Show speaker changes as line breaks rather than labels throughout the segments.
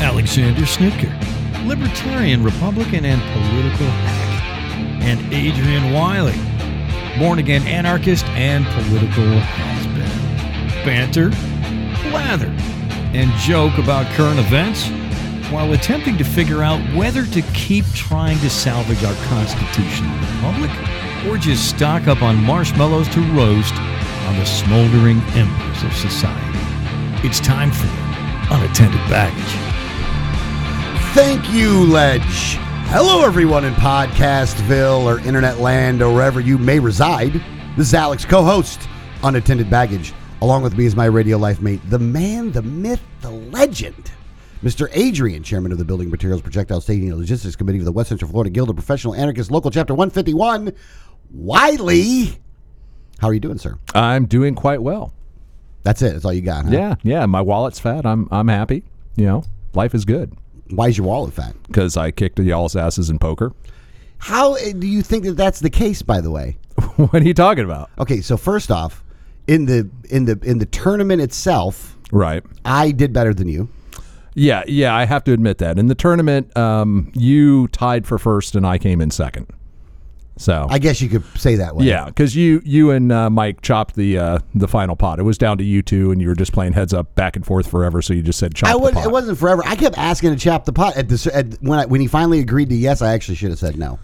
Alexander Snitker, libertarian, Republican, and political hack, and Adrian Wiley, born again anarchist and political has Banter, lather, and joke about current events while attempting to figure out whether to keep trying to salvage our constitutional republic or just stock up on marshmallows to roast on the smoldering embers of society. It's time for unattended baggage.
Thank you, Ledge. Hello, everyone in Podcastville or Internet Land or wherever you may reside. This is Alex, co host, Unattended Baggage. Along with me is my radio life mate, the man, the myth, the legend, Mr. Adrian, chairman of the Building Materials Projectile Staging and Logistics Committee of the West Central Florida Guild of Professional Anarchists, Local Chapter 151, Wiley. How are you doing, sir?
I'm doing quite well.
That's it. That's all you got, huh?
Yeah, yeah. My wallet's fat. I'm I'm happy. You know, life is good
Why is your wallet fat?
because I kicked y'all's asses in poker.
How uh, do you think that that's the case, by the way?
what are you talking about?
Okay, so first off, in the in the in the tournament itself,
Right.
I did better than you.
Yeah, yeah. I have to admit that in the tournament, um, you tied for first and I came in second. So
I guess you could say that way.
yeah, because you you and uh, Mike chopped the uh, the final pot. It was down to you two, and you were just playing heads up back and forth forever. So you just said chop
I
the
was,
pot.
it wasn't forever. I kept asking to chop the pot at this at when I, when he finally agreed to yes. I actually should have said no.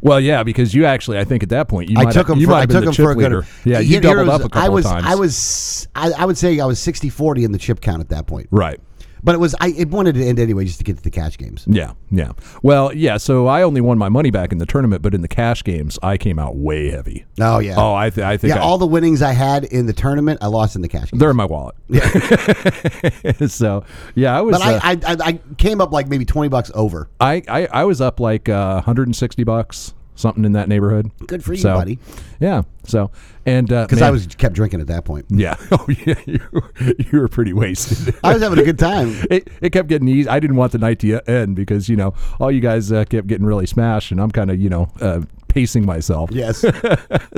well, yeah, because you actually, I think at that point you
I
might
took
have-
him
you
for
might
I
have been
took
the
him
chip
for a good.
leader. Yeah, you
here- here
doubled up
was-
a couple
I was
of times.
I was I, I would say I was 60-40 in the chip count at that point.
right.
But it was I it wanted to end anyway just to get to the cash games.
Yeah, yeah. Well, yeah. So I only won my money back in the tournament, but in the cash games, I came out way heavy.
Oh yeah.
Oh, I, th- I think
yeah,
I-
all the winnings I had in the tournament, I lost in the cash games.
they're in my wallet. so yeah, I was.
but
uh, I,
I, I, I I came up like maybe 20 bucks over.
I, I, was up like uh, 160 bucks, something in that neighborhood.
Good for you,
So,
buddy.
Yeah. So and because
Because I was kept drinking at that point.
yeah. Oh yeah, you, were- you were pretty wasted.
I was having a good time.
It, it kept getting easy. I didn't want the night to end because you know all you guys uh, kept getting really smashed, and I'm kind of you know uh, pacing myself.
Yes.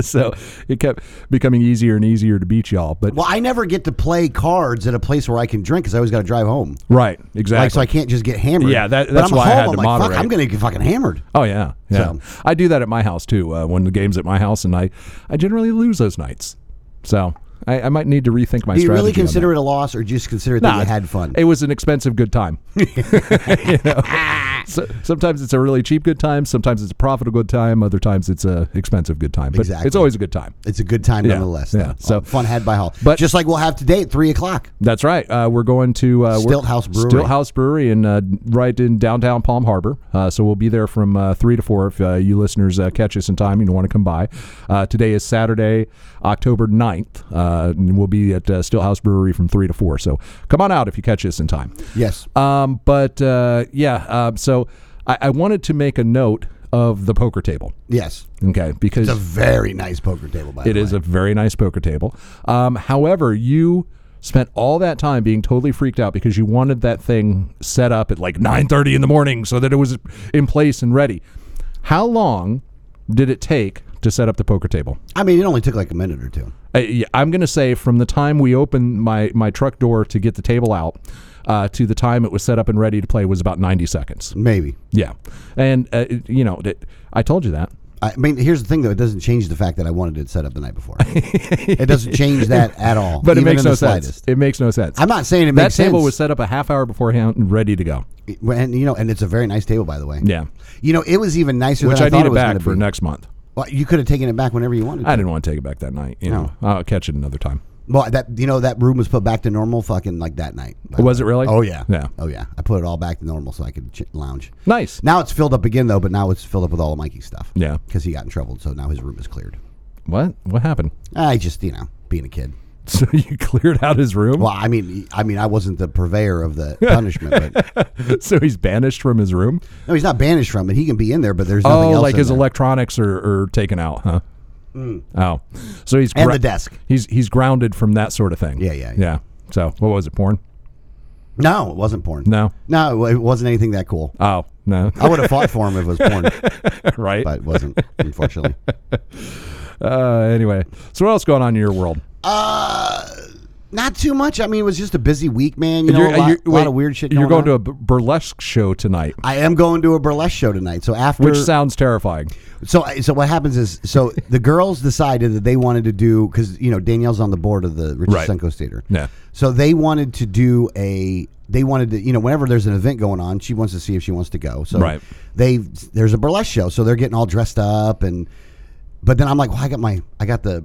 so it kept becoming easier and easier to beat y'all. But
Well, I never get to play cards at a place where I can drink because I always got to drive home.
right,
Like, so
exactly.
I can't just get hammered.
Yeah, that-
But
that's
I'm
why I
home,
had to
I'm like,
moderate.
Fuck, I'm gonna get fucking hammered.
oh yeah, yeah.
So-
I do that at my house too. Uh, when the game's at my house, and I, I generally lose those nights. So I, I might need to rethink my.
Do you
strategy
really
on that.
consider it a loss, or just consider it that
Nah,
you had fun?
It was an expensive good time. You know? So- sometimes it's a really cheap good time. Sometimes it's a profitable good time. Other times it's a expensive good time. But
Exactly.
it's always a good time.
It's a good time
Yeah,
nonetheless.
yeah,
though. Oh,
so-
fun had by all. But
But-
just like we'll have today at three o'clock.
That's right. Uh, we're going to uh, we're-
Stilthouse Brewery.
Stilthouse Brewery, in uh, right in downtown Palm Harbor. Uh, so we'll be there from uh, three to four. If uh, you listeners uh, catch us in time, you want to come by. Uh, today is Saturday, October 9th. Uh, and we'll be at uh, Stillhouse Brewery from three to four. So come on out if you catch us in time.
Yes.
Um, but uh, yeah, uh, so I-, I wanted to make a note of the poker table.
Yes.
Okay, because
It's a very nice poker table. By
it
the
is
way.
a very nice poker table. Um, however, you spent all that time being totally freaked out because you wanted that thing set up at like 9:30 in the morning so that it was in place and ready. How long did it take to set up the poker table?
I mean, it only took like a minute or two.
Uh, yeah, I'm going to say from the time we opened my my truck door to get the table out uh, to the time it was set up and ready to play was about 90 seconds.
Maybe.
Yeah, and uh, it- you know, it, I told you that.
I mean, here's the thing though. It doesn't change the fact that I wanted it set up the night before. it doesn't change that at all.
But
even
it makes
in the
no sense.
slightest.
It makes no sense.
I'm not saying it
that
makes
table
sense.
was set up a half hour beforehand and ready to go.
and you know, and it's a very nice table, by the way.
Yeah.
You know, it was even nicer
Which
than I,
I,
thought
need
it
it
was
back
gonna
for
be.
next month.
Well, you could have taken it back whenever you wanted.
I
to.
didn't want to take it back that night. You know, I'll catch it another time.
Well, that you know that room was put back to normal, fucking like that night.
Was it really?
Oh yeah,
Yeah.
oh yeah. I put it all back to normal so I could ch- lounge.
Nice.
Now it's filled up again though, but now it's filled up with all of Mikey's stuff.
Yeah.
because he got in trouble, so now his room is cleared.
What? What happened?
I just you know being a kid.
So you cleared out his room?
Well, I mean, I mean, I wasn't the purveyor of the punishment, but
so he's banished from his room?
no, he's not banished from it. He can be in there, but there's nothing
Oh,
else.
like
in
his
there. Mm.
electronics are, are taken out, huh? Oh, so he's
And the desk.
He's he's grounded from that sort of thing.
Yeah, yeah, yeah.
yeah. So what was it? Porn?
No, it wasn't porn.
No.
no, it wasn't anything that cool.
Oh no,
I would have fought for him if it was porn,
right.
but it wasn't, unfortunately.
Uh, anyway, so what else going on in your world?
Uh, Not too much. I mean, it was just a busy week, man. You know,
You're- uh,
a lot,
you're-
lot
wait,
of weird shit.
You're
going
going to a b- burlesque show tonight,
I am going to a burlesque show tonight. So after
which sounds terrifying.
So, so what happens is, so the girls decided that they wanted to do because you know Danielle's on the board of the Richard
Right.
Senko's Theater.
Yeah.
So they wanted to do a. They wanted to, you know, whenever there's an event going on, she wants to see if she wants to go. So
Right.
they there's a burlesque show, so they're getting all dressed up and. But then I'm like, well, I got my, I got the,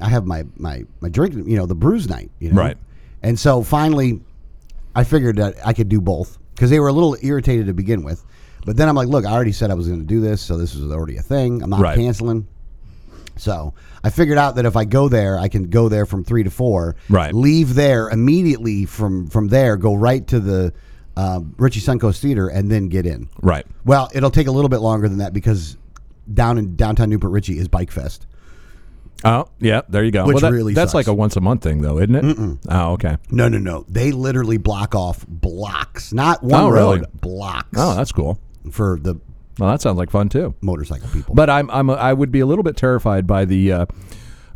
I have my my my drink, you know, the bruise night, you know.
Right.
And so finally, I figured that I could do both because they were a little irritated to begin with. But then I'm like, look, I already said I was going to do this, so this was already a thing. I'm not
Right.
canceling. So I figured out that if I go there, I can go there from three to four.
Right.
Leave there immediately from from there. Go right to the uh, Richie Suncoast Theater and then get in.
Right.
Well, it'll take a little bit longer than that because down in downtown Newport Richie is Bike Fest.
Oh, yeah. There you go.
Which
well, that,
really
that's
sucks.
like a once a month thing, though, isn't it? Oh, okay.
No, no, no. They literally block off blocks, not one
Oh,
road,
really?
blocks
Oh, that's cool.
for the
Well, that sounds like fun too.
motorcycle people.
But I'm, I'm I would be a little bit terrified by the uh,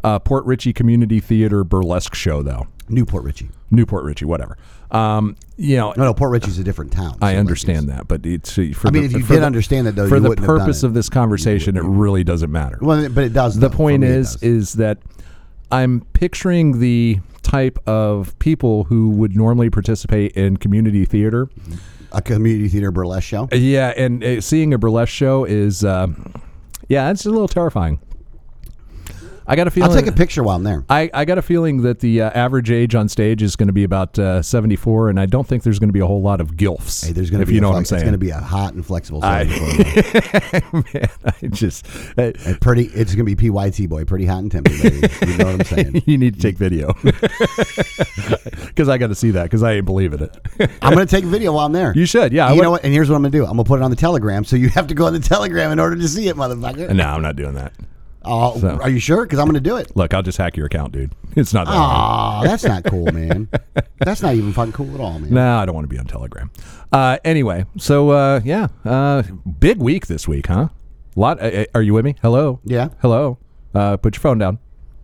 uh, Port Richey Community Theater burlesque show, though.
Newport Richie.
Newport Richey, whatever. Um, you know,
No, no, Port Richie's a different town.
I
So, like, it's-
understand that, but it's uh, for
I mean,
the-
if you
for
did
the-
understand that, though,
for
you
the
wouldn't have done
purpose
it.
of this conversation, it really doesn't matter.
Well, but it does. though.
the
For
point
me, it
is
does.
is that I'm picturing the type of people who would normally participate in community theater.
Mm-hmm. a community theater burlesque show.
Yeah, and uh, seeing a burlesque show is, uh, yeah, it's a little terrifying. I got a
I'll
feeling.
take a picture while I'm there.
I, I got a feeling that the uh, average age on stage is going to be about uh, 74, and I don't think there's going to be a whole lot of gilfs.
Hey, there's going to
if
be
you
a
know what
flex-
I'm saying.
It's going to be a hot and flexible.
I-
I,
Man, I just I-
pretty. It's going to be pyt boy, pretty hot and tempting. baby. you know what I'm saying?
you need to take video because I got to see that because I ain't believing it.
I'm going to take a video while I'm there.
You should, yeah. I
you
would-
know what? And here's what I'm going to do. I'm going to put it on the Telegram. So you have to go on the Telegram in order to see it, motherfucker.
No, I'm not doing that.
Oh, are you sure? Because I'm going to do it.
Look, I'll just hack your account, dude. It's not that. hard.
Oh, that's not cool, man. That's not even fucking cool at all, man.
Nah, I don't want to be on Telegram. Uh, anyway, so uh, yeah, uh, big week this week, huh? Lot. Uh, are you with me? Hello.
Yeah.
Hello. Uh, put your phone down.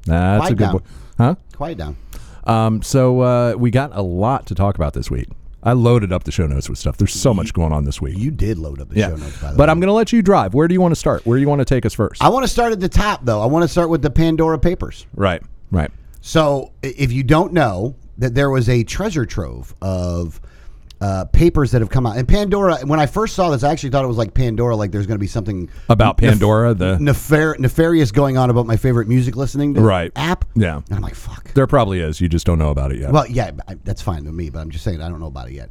That's
Quiet
a good
down.
boy. Huh?
Quiet down.
Um, so uh, we got a lot to talk about this week. I loaded up the show notes with stuff. There's so much going on this week.
You did load up the show notes, by the
but
way.
I'm going to let you drive. Where do you want to start? Where do you want to take us first?
I want to start at the top, though. I want to start with the Pandora Papers.
right. Right.
So, i- if you don't know that there was a treasure trove of uh, papers that have come out, and Pandora. When I first saw this, I actually thought it was like Pandora, like there's going to be something
About Pandora, the
nefar- nefarious going on about my favorite music listening to
Right.
app.
Yeah.
and I'm like, fuck.
there probably is. You just don't know about it yet.
Uh, Well, yeah, I- that's fine with me, but I'm just saying I don't know about it yet.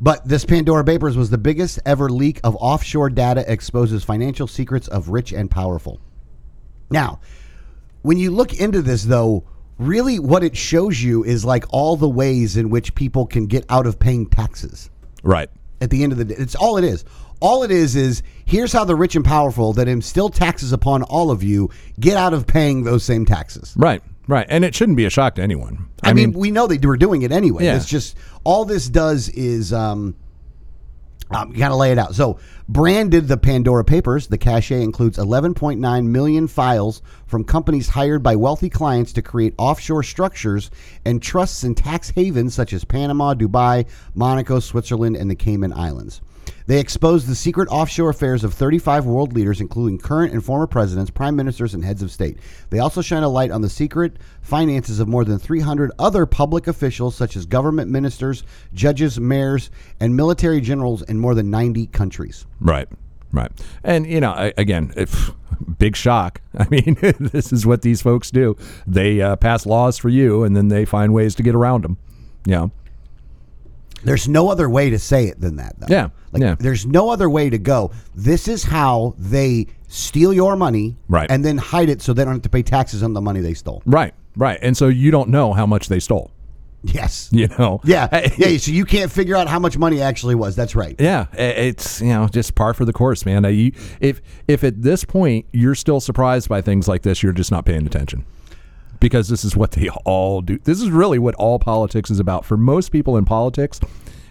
But this Pandora Papers was the biggest ever leak of offshore data exposes financial secrets of rich and powerful. Now, when you look into this, though, really what it shows you is like all the ways in which people can get out of paying taxes
right.
at the end of the day. It's all it is. All it is is here's how the rich and powerful that instill taxes upon all of you get out of paying those same taxes.
Right. Right. And it shouldn't be a shock to anyone.
I, mean, we know they were doing it anyway.
Yeah.
It's just all this does is um, um, you gotta lay it out. So, branded the Pandora Papers. The cache includes 11.9 million files from companies hired by wealthy clients to create offshore structures and trusts in tax havens such as Panama, Dubai, Monaco, Switzerland, and the Cayman Islands. They exposed the secret offshore affairs of 35 world leaders, including current and former presidents, prime ministers, and heads of state. They also shine a light on the secret finances of more than 300 other public officials, such as government ministers, judges, mayors, and military generals in more than 90 countries.
Right, right. And, you know, I, again, if, big shock. I mean, this is what these folks do. They uh, pass laws for you and then they find ways to get around them. Yeah.
There's no other way to say it than that, though.
Yeah,
Like,
yeah.
There's no other way to go. This is how they steal your money
Right.
and then hide it so they don't have to pay taxes on the money they stole.
Right, right. And so you don't know how much they stole,
Yes.
you know?
Yeah.
I-
yeah. So you can't figure out how much money actually was. That's right.
Yeah, i- it's you know just par for the course, man. Uh, you, if if at this point you're still surprised by things like this, you're just not paying attention because this is what they all do. This is really what all politics is about. For most people in politics,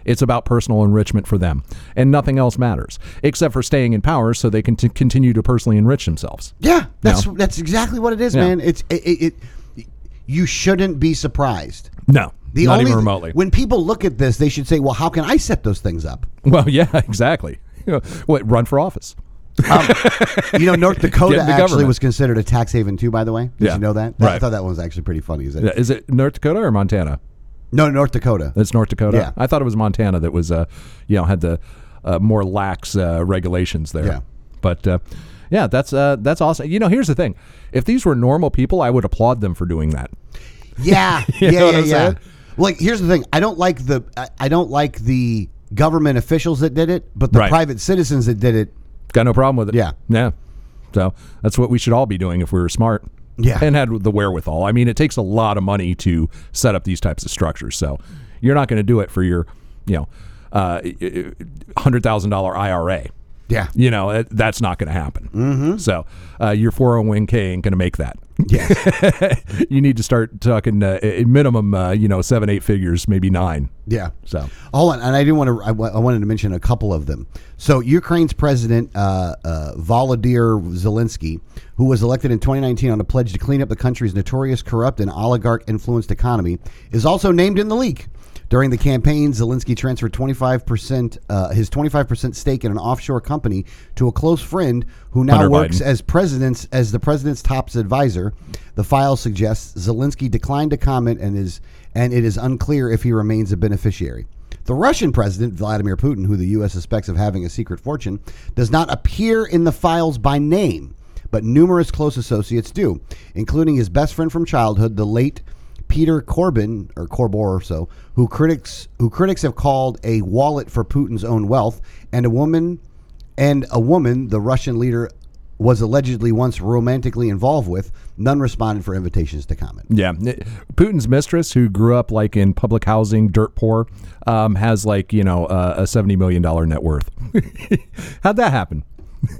it's about personal enrichment for them, and nothing else matters except for staying in power so they can t- continue to personally enrich themselves.
Yeah, that's that's exactly what it is,
Yeah.
man. It's it, it, it. You shouldn't be surprised.
No,
The
not
only
even remotely.
When people look at this, they should say, "Well, how can I set those things up?"
well, yeah, exactly. You know, what run for office?
Um, You know, North Dakota
Get the
actually
government.
was considered a tax haven too. By the way, did
Yeah.
you know that? I
Right.
thought that one was actually pretty funny. Is that
Yeah, Is it North Dakota or Montana?
no North Dakota?
That's North Dakota.
Yeah.
I thought it was Montana that was, uh, you know, had the uh, more lax uh, regulations there.
Yeah.
But uh, yeah, that's uh, that's awesome. You know, here's the thing: if these were normal people, I would applaud them for doing that.
Yeah, yeah,
know what
yeah,
I'm
yeah.
saying?
Like, here's the thing: I don't like the I, I don't like the government officials that did it, but the
Right.
private citizens that did it.
Got no problem with it.
Yeah.
Yeah. So that's what we should all be doing if we were smart.
Yeah.
And had the wherewithal. I mean, it takes a lot of money to set up these types of structures. So you're not going to do it for your, you know, uh, $100,000 IRA.
Yeah,
You know, it, that's not going to happen. Mm-hmm. So uh, your 401k ain't going to make that.
yeah.
you need to start talking uh, a- a minimum, uh, you know, seven, eight figures, maybe nine.
Yeah.
So.
hold on, Oh, and I didn't want to. I wa- I wanted to mention a couple of them. So Ukraine's president uh, uh, Volodymyr Zelensky, who was elected in 2019 on a pledge to clean up the country's notorious corrupt and oligarch-influenced economy, is also named in the leak. During the campaign, Zelensky transferred 25% uh, his 25% stake in an offshore company to a close friend who now
Hunter
works
Biden.
as president's as the president's top advisor. The file suggests Zelensky declined to comment and is and it is unclear if he remains a beneficiary. The Russian president Vladimir Putin, who the U.S. suspects of having a secret fortune, does not appear in the files by name, but numerous close associates do, including his best friend from childhood, the late Peter Corbin or Corbor or so, who critics who critics have called a wallet for Putin's own wealth, and a woman and a woman the Russian leader was allegedly once romantically involved with. None responded for invitations to comment.
Yeah, N- Putin's mistress, who grew up like in public housing, dirt poor, um, has like you know uh, a seventy million dollar net worth. How'd that happen?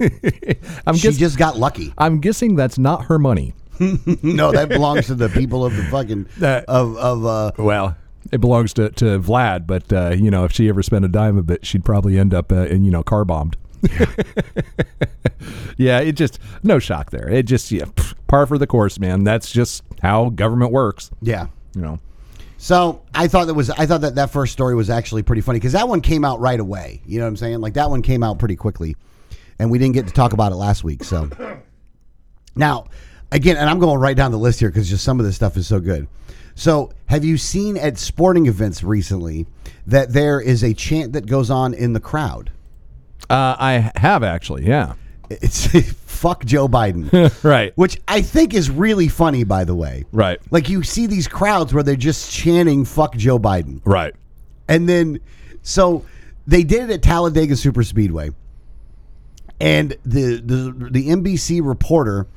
I'm
She
guess-
just got lucky.
I'm guessing that's not her money.
no, that belongs to the people of the fucking
That-
of of uh,
Well, it belongs to, to Vlad, but uh, you know if she ever spent a dime of it, she'd probably end up uh, in you know car bombed. yeah, it just no shock there. It just yeah, pff, par for the course, man. That's just how government works.
yeah.
You know.
So I thought that was I thought that that first story was actually pretty funny because that one came out right away. You know what I'm saying? Like that one came out pretty quickly, and we didn't get to talk about it last week. So now, again, and I'm going right down the list here because just some of this stuff is so good. So have you seen at sporting events recently that there is a chant that goes on in the crowd?
Uh, I have actually, yeah.
It's fuck Joe Biden,
Right.
which I think is really funny, by the way.
Right.
Like you see these crowds where they're just chanting fuck Joe Biden.
Right.
And then, so they did it at Talladega Super Speedway, and the the, the NBC reporter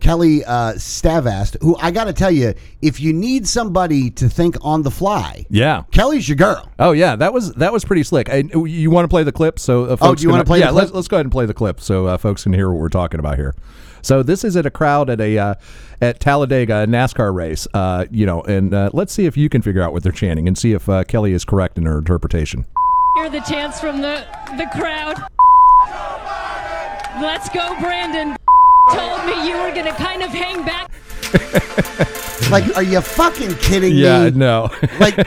Kelly uh, Stavast, who I got to tell you, if you need somebody to think on the fly,
Yeah.
Kelly's your girl.
Oh yeah, that was that was pretty slick. I, you want to play the clip? So uh, folks
Oh, do you
can-
wanna play the
Yeah, let's
clip?
let's go ahead and play the clip so uh, folks can hear what we're talking about here. So this is at a crowd at a uh, at Talladega a NASCAR race. Uh, you know, and uh, let's see if you can figure out what they're chanting and see if uh, Kelly is correct in her interpretation.
hear the chants from the, the crowd. Let's go, Brandon. Told me you were going to kind of hang back.
Like, are you fucking kidding me?
Yeah, no.
Like,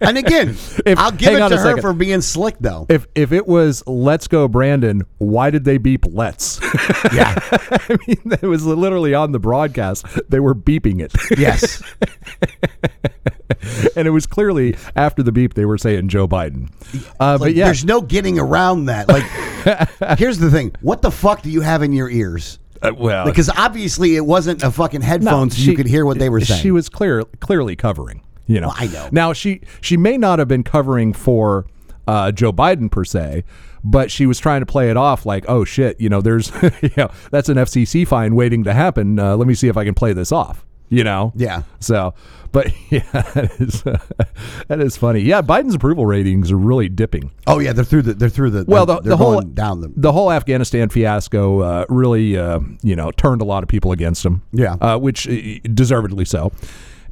and again,
If-
I'll give
hang
it
on
to
a
her
second.
for being slick, though.
if if it was Let's Go Brandon, why did they beep Let's?
Yeah.
I mean, it was literally on the broadcast. They were beeping it.
yes.
and it was clearly after the beep they were saying Joe Biden. Uh, but
Like,
yeah,
There's no getting around that. Like, here's the thing. What the fuck do you have in your ears?
uh, well,
Because obviously it wasn't a fucking
no,
headphone, so you
she-
could hear what they were saying.
She was clear, clearly covering. You know,
Well, I know.
Now she she may not have been covering for uh, Joe Biden per se, but she was trying to play it off like, oh shit, you know, there's, you know, that's an FCC fine waiting to happen. Uh, let me see if I can play this off. You know,
Yeah.
So, but yeah, that is that is funny. Yeah, Biden's approval ratings are really dipping.
oh yeah, they're through the they're through the
well
they're,
the,
they're
the whole
going down the
the whole Afghanistan fiasco uh, really uh, you know turned a lot of people against him
Yeah.
uh, which uh, deservedly so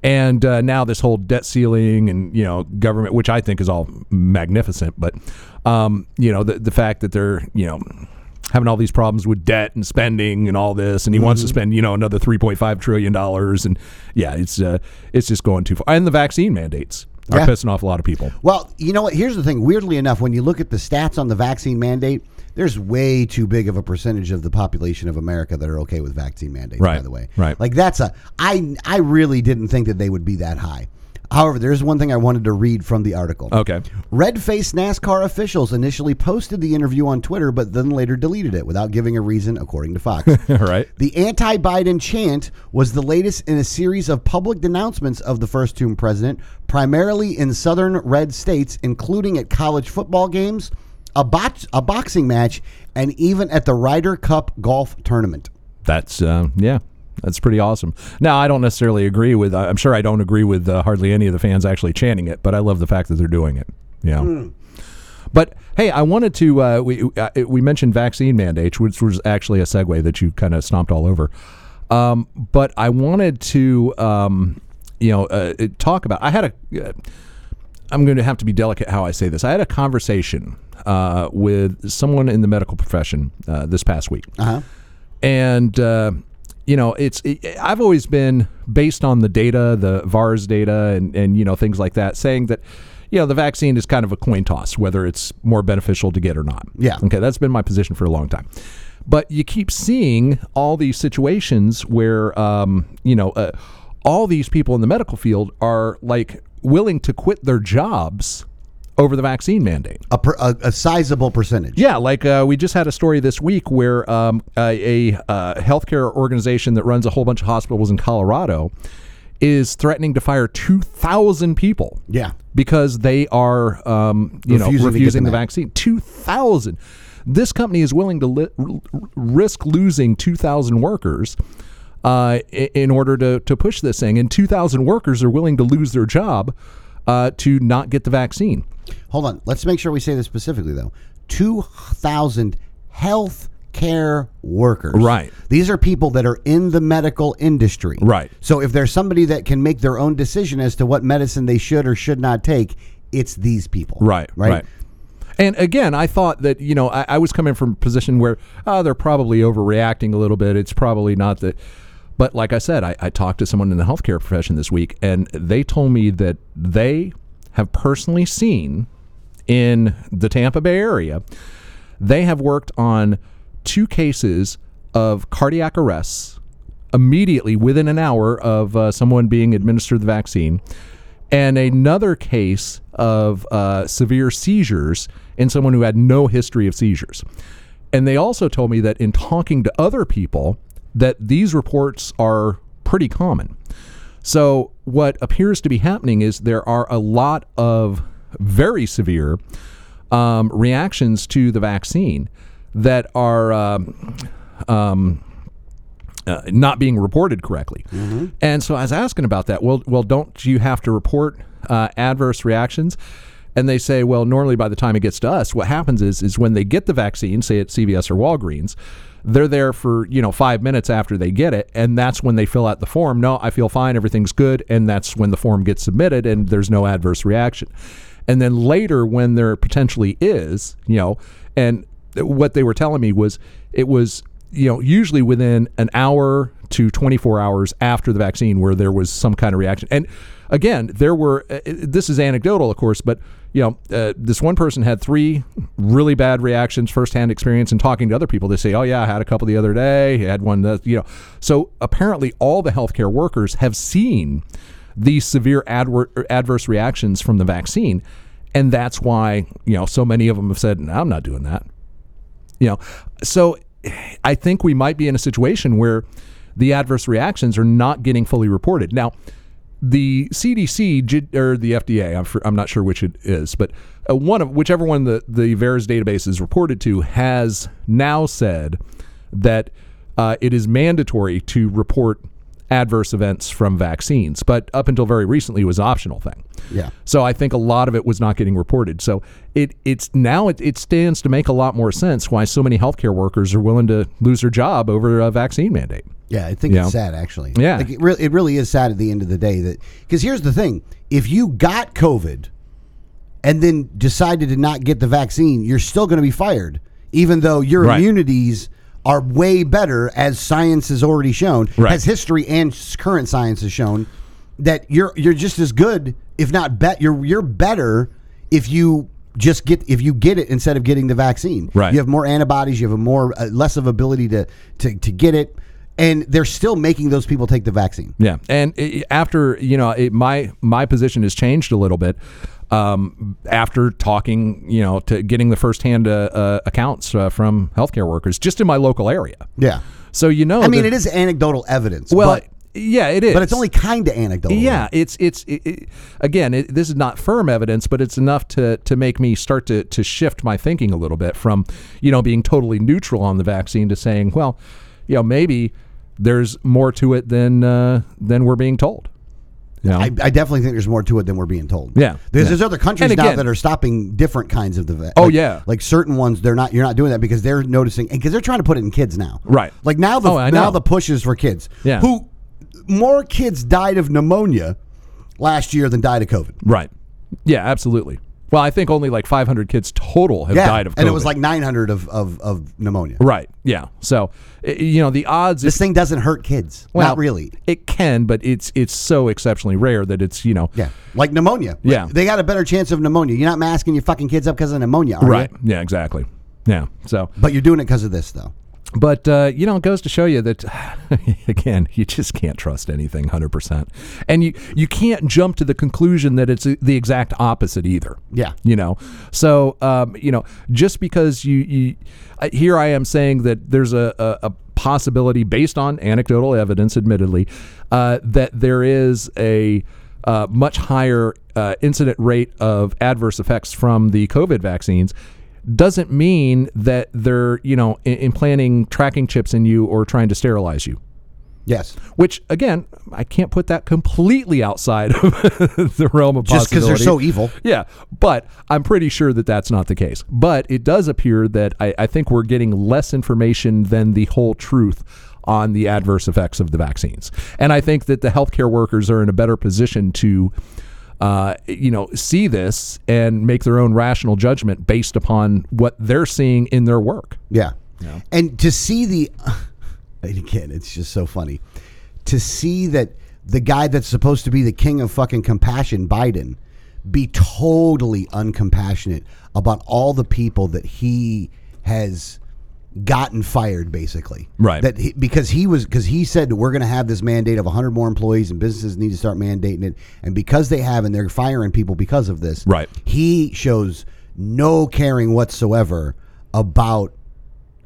and uh, now this whole debt ceiling and you know government which I think is all magnificent but um, you know the the fact that they're you know having all these problems with debt and spending and all this, and he wants to
Mm-hmm.
spend you know another three point five trillion dollars, and yeah, it's uh, it's just going too far. And the vaccine mandates are
Yeah.
pissing off a lot of people.
Well, you know what? Here's the thing. Weirdly enough, when you look at the stats on the vaccine mandate, there's way too big of a percentage of the population of America that are okay with vaccine mandates. By
Right,
the way,
right.
Like that's a. I I really didn't think that they would be that high. However, there's one thing I wanted to read from the article.
Okay,
Red faced NASCAR officials initially posted the interview on Twitter, but then later deleted it without giving a reason, according to Fox.
all right.
The anti Biden chant was the latest in a series of public denouncements of the first term president, primarily in southern red states, including at college football games, a, box, a boxing match, and even at the Ryder Cup golf tournament.
That's uh, yeah, that's pretty awesome. Now I don't necessarily agree with. I'm sure I don't agree with uh, hardly any of the fans actually chanting it, but I love the fact that they're doing it. Yeah. But hey, I wanted to. Uh, we uh, we mentioned vaccine mandates, which was actually a segue that you kind of stomped all over. Um, but I wanted to, um, you know, uh, uh, talk about. I had a. Uh, I'm going to have to be delicate how I say this. I had a conversation uh, with someone in the medical profession uh, this past week
Uh huh.
and uh, you know it's it, i've always been based on the data the vars data and and you know things like that saying that you know the vaccine is kind of a coin toss whether it's more beneficial to get or not
Yeah.
okay that's been my position for a long time but you keep seeing all these situations where um, you know uh, all these people in the medical field are like willing to quit their jobs over the vaccine mandate
A, per, a, a sizable percentage.
yeah, like uh, we just had a story this week where um, a, a uh, healthcare organization that runs a whole bunch of hospitals in Colorado is threatening to fire 2,000 people.
Yeah.
Because they are, um,
Refusing to
you know,
get
refusing
the
the
vac-
vaccine. 2,000. This company is willing to li- r- r- risk losing 2,000 workers uh, i- in order to, to push this thing. And 2,000 workers are willing to lose their job uh, to not get the vaccine.
Hold on. Let's make sure we say this specifically, though. 2,000 health care workers.
Right.
These are people that are in the medical industry.
Right.
So if there's somebody that can make their own decision as to what medicine they should or should not take, it's these people.
Right, right. And again, I thought that you know I, I was coming from a position where oh, they're probably overreacting a little bit. It's probably not that, but like I said, I, I talked to someone in the healthcare profession this week, and they told me that they have personally seen in the Tampa Bay area, they have worked on two cases of cardiac arrests immediately within an hour of uh, someone being administered the vaccine, and another case of uh, severe seizures in someone who had no history of seizures. And they also told me that in talking to other people, that these reports are pretty common. So what appears to be happening is there are a lot of very severe um, reactions to the vaccine that are um, um, uh, not being reported correctly. And so I was asking about that. Well, well, don't you have to report uh, adverse reactions? And they say, well, normally by the time it gets to us, what happens is is when they get the vaccine, say at CVS or Walgreens, they're there for you know five minutes after they get it, and that's when they fill out the form. No, I feel fine, everything's good, and that's when the form gets submitted, and there's no adverse reaction. And then later, when there potentially is, you know, and what they were telling me was it was you know usually within an hour to 24 hours after the vaccine where there was some kind of reaction and again there were uh, this is anecdotal of course but you know uh, this one person had three really bad reactions firsthand experience and talking to other people they say oh yeah i had a couple the other day i had one that you know so apparently all the healthcare workers have seen these severe adwer- adverse reactions from the vaccine and that's why you know so many of them have said no, i'm not doing that you know so i think we might be in a situation where the adverse reactions are not getting fully reported now the cdc did- or the fda i'm, fr- I'm not sure which it is but uh, one of whichever one the, the veras database is reported to has now said that uh, it is mandatory to report adverse events from vaccines but up until very recently it was an optional thing
Yeah.
so I think a lot of it was not getting reported. So it it's now it, it stands to make a lot more sense why so many healthcare workers are willing to lose their job over a vaccine mandate.
Yeah, I think
Yeah.
it's sad actually.
Yeah.
like it, re- it really is sad at the end of the day that because here's the thing: if you got COVID and then decided to not get the vaccine, you're still going to be fired. even though your
Right.
immunities are way better, as science has already shown,
Right.
as history and s- current science has shown, that you're you're just as good, if not bet you're you're better if you just get if you get it instead of getting the vaccine.
Right.
You have more antibodies. You have a more uh, less of ability to to to get it, and they're still making those people take the vaccine.
Yeah, and i after you know, it, my my position has changed a little bit. Um, after talking, you know, to getting the firsthand uh, uh, accounts uh, from healthcare workers just in my local area.
Yeah.
So you know,
I mean,
that-
it is anecdotal evidence.
well,
but,
yeah, it is,
but it's only kind of anecdotal.
Yeah, it's it's it, it- again. It, this is not firm evidence, but it's enough to to make me start to to shift my thinking a little bit from you know being totally neutral on the vaccine to saying, well, you know, maybe there's more to it than uh, than we're being told. You know?
I, I definitely think there's more to it than we're being told.
Yeah.
there's,
Yeah.
there's other countries
And
now
again-
that are stopping different kinds of the. va-
Oh,
like-
yeah.
like certain ones they're not. You're not doing that because they're noticing because they're trying to put it in kids now.
Right.
Like now the
Oh, I
now
know.
the push is for kids.
Yeah.
Who more kids died of pneumonia last year than died of COVID.
right. Yeah, absolutely. Well, I think only like 500 kids total have
Yeah,
died of COVID.
and it was like 900 of of, of pneumonia.
right. Yeah. So i- you know the odds.
This thing doesn't hurt kids. not really.
It can, but it's it's so exceptionally rare that it's you know
Yeah, like pneumonia.
Yeah.
they got a better chance of pneumonia. You're not masking your fucking kids up because of pneumonia, are
right.
you?
Yeah. Exactly. Yeah. So.
But you're doing it because of this, though.
But uh, you know, it goes to show you that again, you just can't trust anything hundred percent, and you you can't jump to the conclusion that it's uh, the exact opposite either.
Yeah.
you know. So um, you know, just because you you uh, here I am saying that there's a, a, a possibility based on anecdotal evidence, admittedly, uh, that there is a uh, much higher uh, incident rate of adverse effects from the COVID vaccines doesn't mean that they're you know i- implanting tracking chips in you or trying to sterilize you
Yes.
which again i can't put that completely outside of the realm of
Just 'cause they're
possibility.
so evil.
yeah but i'm pretty sure that that's not the case but it does appear that i, I think we're getting less information than the whole truth on the adverse effects of the vaccines and i think that the healthcare workers are in a better position to uh, you know, see this and make their own rational judgment based upon what they're seeing in their work.
Yeah. And to see the and again, it's just so funny. To see that the guy that's supposed to be the king of fucking compassion, Biden, be totally uncompassionate about all the people that he has gotten fired basically
Right.
that he, because he was because he said we're going to have this mandate of 100 more employees and businesses need to start mandating it and because they have and they're firing people because of this
Right.
he shows no caring whatsoever about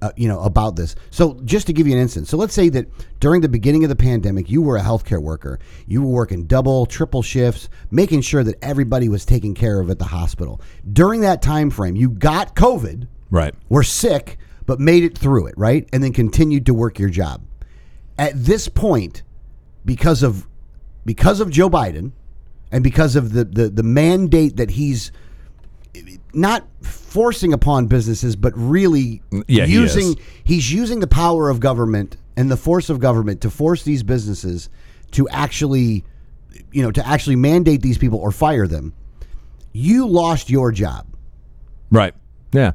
uh, you know about this so just to give you an instance so let's say that during the beginning of the pandemic you were a healthcare worker you were working double triple shifts making sure that everybody was taken care of at the hospital during that time frame you got covid
Right.
were sick but made it through it right and then continued to work your job at this point because of because of joe biden and because of the the, the mandate that he's not forcing upon businesses, but really
yeah, he
using
is.
he's using the power of government and the force of government to force these businesses to actually you know to actually mandate these people or fire them. You lost your job.
Right. Yeah.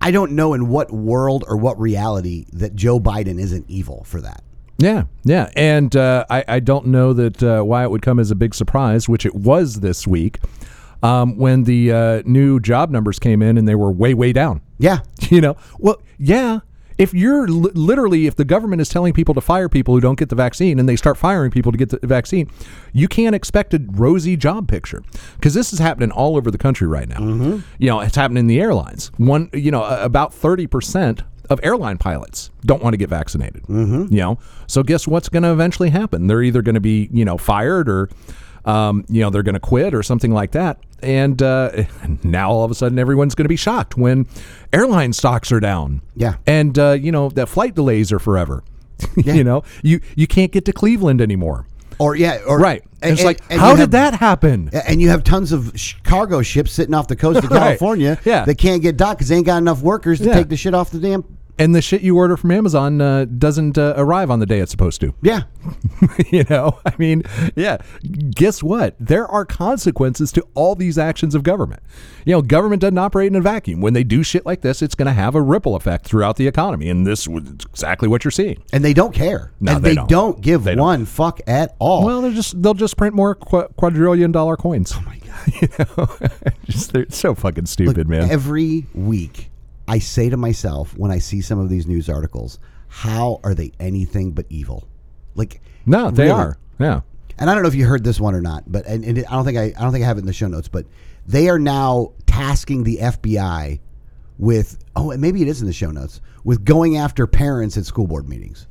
I don't know in what world or what reality that Joe Biden isn't evil for that.
Yeah, yeah, and uh, I, I don't know that uh, why it would come as a big surprise, which it was this week um, when the uh, new job numbers came in and they were way way down.
Yeah.
You know, well, yeah. If you're li- literally, if the government is telling people to fire people who don't get the vaccine and they start firing people to get the vaccine, you can't expect a rosy job picture because this is happening all over the country right now. You know, it's happening in the airlines. One, you know, a- about 30% of airline pilots don't want to get vaccinated. Mm-hmm. You know, so guess what's going to eventually happen? They're either going to be, you know, fired or, um, you know, they're going to quit or something like that. And uh, now all of a sudden, everyone's going to be shocked when airline stocks are down.
Yeah.
and uh, you know that flight delays are forever.
Yeah.
you know, you you can't get to Cleveland anymore.
Or yeah, or
Right?
and-
it's like,
and- and
how
you
did
have-
that happen?
A- And you have tons of sh- cargo ships sitting off the coast of
Right.
California
Yeah.
that can't get docked because they ain't got enough workers to
Yeah.
take the shit off the damn
and the shit you order from Amazon uh, doesn't uh, arrive on the day it's supposed to.
Yeah.
you know, I mean, yeah. Guess what? There are consequences to all these actions of government. You know, government doesn't operate in a vacuum. When they do shit like this, it's going to have a ripple effect throughout the economy, and this was exactly what you're seeing.
And they don't care.
No,
and
they
they,
don't.
don't. give
They don't.
one fuck at all.
Well, they're just they'll just print more qu- quadrillion dollar coins. Oh my god! You know, just they're so fucking stupid, man.
Every week, I say to myself when I see some of these news articles, how are they anything but evil? Like,
no, they
really.
are. Yeah.
And I don't know if you heard this one or not, but and, and I don't think I, I don't think I have it in the show notes, but they are now tasking the FBI with oh, and maybe it is in the show notes with going after parents at school board meetings.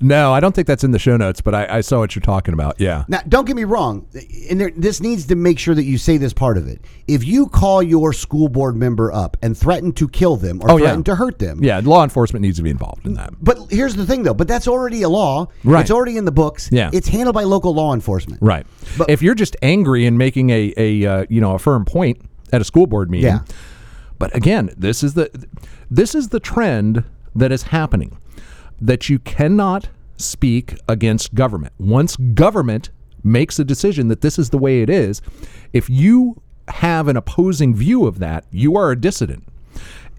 No, I don't think that's in the show notes, but I, I saw what you're talking about. Yeah.
Now, don't get me wrong, and there, this needs to make sure that you say this part of it. If you call your school board member up and threaten to kill them or
Oh, yeah.
threaten to hurt them,
Yeah, law enforcement needs to be involved in that.
But here's the thing, though. But that's already a law.
Right.
It's already in the books.
Yeah.
It's handled by local law enforcement.
Right.
But-
if you're just angry and making a a uh, you know a firm point at a school board meeting,
Yeah.
But again, this is the this is the trend that is happening that you cannot speak against government. Once government makes a decision that this is the way it is, if you have an opposing view of that, you are a dissident.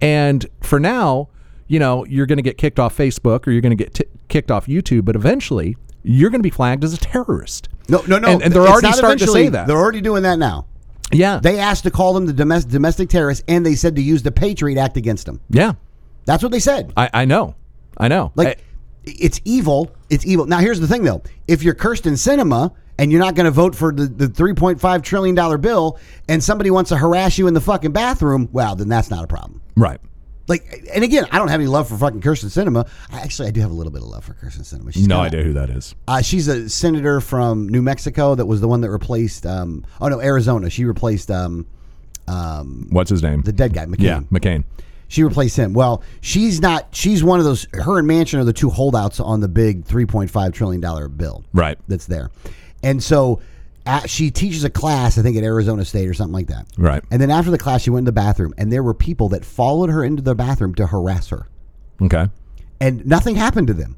And for now, you know, you're going to get kicked off Facebook or you're going to get t- kicked off YouTube, but eventually you're going to be flagged as a terrorist.
No, no, no.
And, and they're
It's
already
not
starting to
eventually.
say that.
They're already doing that now.
yeah.
They asked to call them the domestic, domestic terrorists, and they said to use the Patriot Act against them.
yeah.
That's what they said.
I, I know. I know.
Like, it's evil. It's evil. Now, here's the thing, though. If you're Kirsten Cinema and you're not going to vote for the, the $3.5 trillion bill and somebody wants to harass you in the fucking bathroom, well, then that's not a problem.
I- right.
Like, and again, I don't have any love for fucking Kirsten Cinema. I, actually, I do have a little bit of love for Kirsten Cinema. She's
No
kinda-
idea who that is.
Uh, she's a senator from New Mexico that was the one that replaced. Um, oh no, Arizona. She replaced um, um,
What's his name?
the dead guy, McCain.
yeah, McCain.
She replaced him. Well, she's not. She's one of those. Her and Manchin are the two holdouts on the big three point five trillion dollar bill.
Right.
That's there, and so. At, she teaches a class, I think, at Arizona State or something like that.
Right.
And then after the class, she went in the bathroom, and there were people that followed her into the bathroom to harass her,
Okay.
and nothing happened to them.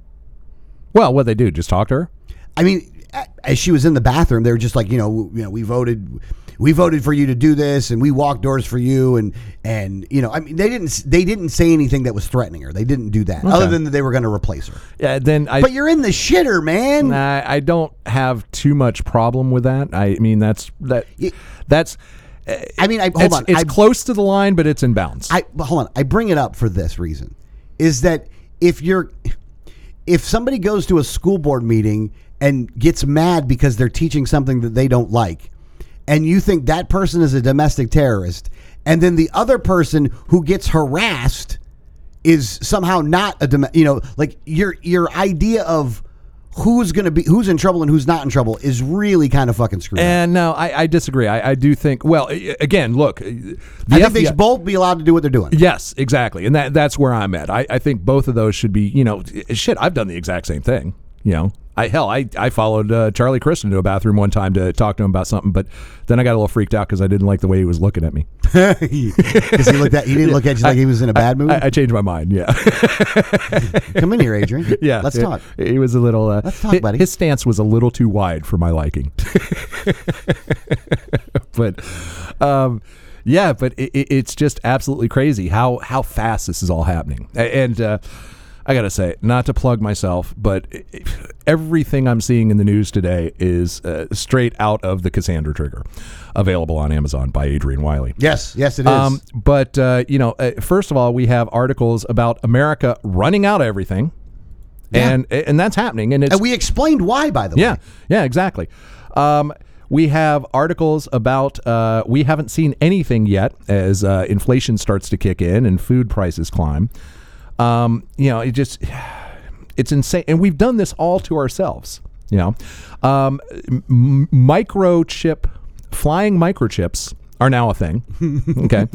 Well, what they do? Just talk to her.
I mean, a- as she was in the bathroom, they were just like, you know, w- you know, we voted, we voted for you to do this, and we walked doors for you, and and you know, I mean, they didn't s- they didn't say anything that was threatening her. They didn't do that, other than that they were going to replace her.
Yeah. Then I.
But you're in the shitter, man.
I, I don't have too much problem with that. I mean, that's that.
Ye-
That's
I mean, I hold
it's,
on,
it's
I,
close to the line, but it's in bounds.
I but hold on. I bring it up for this reason: is that if you're, if somebody goes to a school board meeting and gets mad because they're teaching something that they don't like, and you think that person is a domestic terrorist, and then the other person who gets harassed is somehow not a dom- you know like your your idea of who's going to be who's in trouble and who's not in trouble is really kind of fucking screwed. up.
and no, I, I disagree. I, I do think. Well, a- again, look. The
I think they
FBI
should both be allowed to do what they're doing.
Yes, exactly, and that that's where I'm at. I, I think both of those should be, you know, shit. I've done the exact same thing. You know, I hell, I I followed uh, Charlie Christian to a bathroom one time to talk to him about something, but then I got a little freaked out because I didn't like the way he was looking at me.
Because he looked at he didn't look at you like he was in a bad mood.
I, I changed my mind. Yeah,
Come in here, Adrian.
yeah.
Let's
It-
talk.
It was a little. Uh,
Let's talk,
hi-
buddy.
His stance was a little too wide for my liking. but, um, yeah, but it, it, it's just absolutely crazy how how fast this is all happening. A- And uh, I gotta say, not to plug myself, but i- i- everything I'm seeing in the news today is uh, straight out of the Cassandra Trigger, available on Amazon by Adrian Wiley.
Yes, yes, it is.
Um, but uh, you know, uh, first of all, we have articles about America running out of everything,
Yeah.
and and that's happening. And it's
and we explained why, by the
yeah,
way.
yeah, exactly. Um, we have articles about uh, we haven't seen anything yet as uh, inflation starts to kick in and food prices climb. Um, you know, it just it's insane, and we've done this all to ourselves. You know, um, m- microchip flying microchips are now a thing. okay,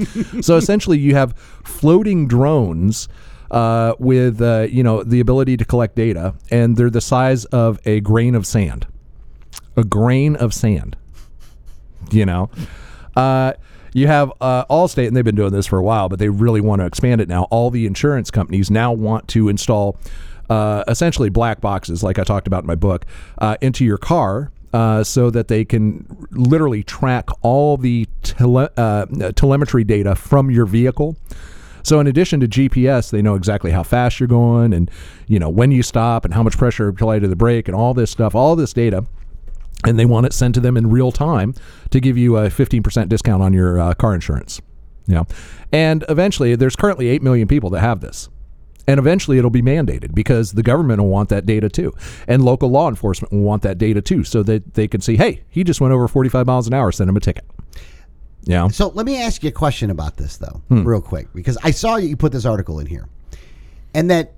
so essentially you have floating drones uh, with uh, you know the ability to collect data, and they're the size of a grain of sand, a grain of sand. You know, uh, You have uh, Allstate, and they've been doing this for a while, but they really want to expand it now. All the insurance companies now want to install uh, essentially black boxes, like I talked about in my book, uh, into your car. Uh, so that they can literally track all the tele- uh, telemetry data from your vehicle. So in addition to GPS, they know exactly how fast you're going and you know when you stop and how much pressure you apply to the brake and all this stuff, all this data. And they want it sent to them in real time to give you a 15% discount on your uh, car insurance. Yeah. And eventually, there's currently 8 million people that have this. And eventually it'll be mandated because the government will want that data too. And local law enforcement will want that data too so that they can see, hey, he just went over 45 miles an hour, send him a ticket. Yeah.
So let me ask you a question about this, though,
Hmm.
real quick, because I saw you put this article in here, and that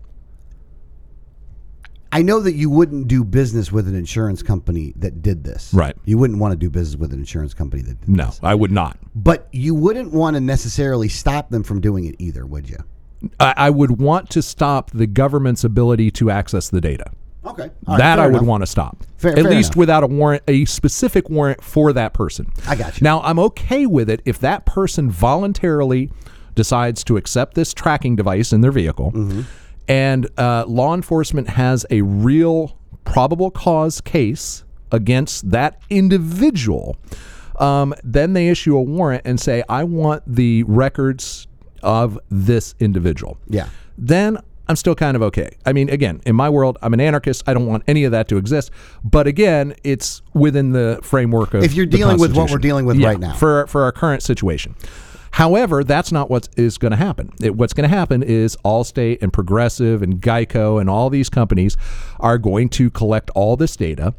I know that you wouldn't do business with an insurance company that did this.
Right.
You wouldn't want to do business with an insurance company that did
No,
this.
I would not.
But you wouldn't want to necessarily stop them from doing it either, would you?
I, I would want to stop the government's ability to access the data.
Okay. All right,
that
fair
I would
enough.
want to stop.
Fair-
At
fair
least
enough.
without a warrant, a specific warrant for that person.
I got you.
Now, I'm okay with it if that person voluntarily decides to accept this tracking device in their vehicle and uh, law enforcement has a real probable cause case against that individual. Um, then they issue a warrant and say, I want the records of this individual
Yeah.
then I'm still kind of okay. I mean, again, in my world, I'm an anarchist. I don't want any of that to exist. But again, it's within the framework of
If you're
the
dealing with what
Constitution.
we're dealing with
Yeah,
right now.
for for our current situation. However, that's not what is going to happen. It- what's going to happen is Allstate and Progressive and Geico and all these companies are going to collect all this data,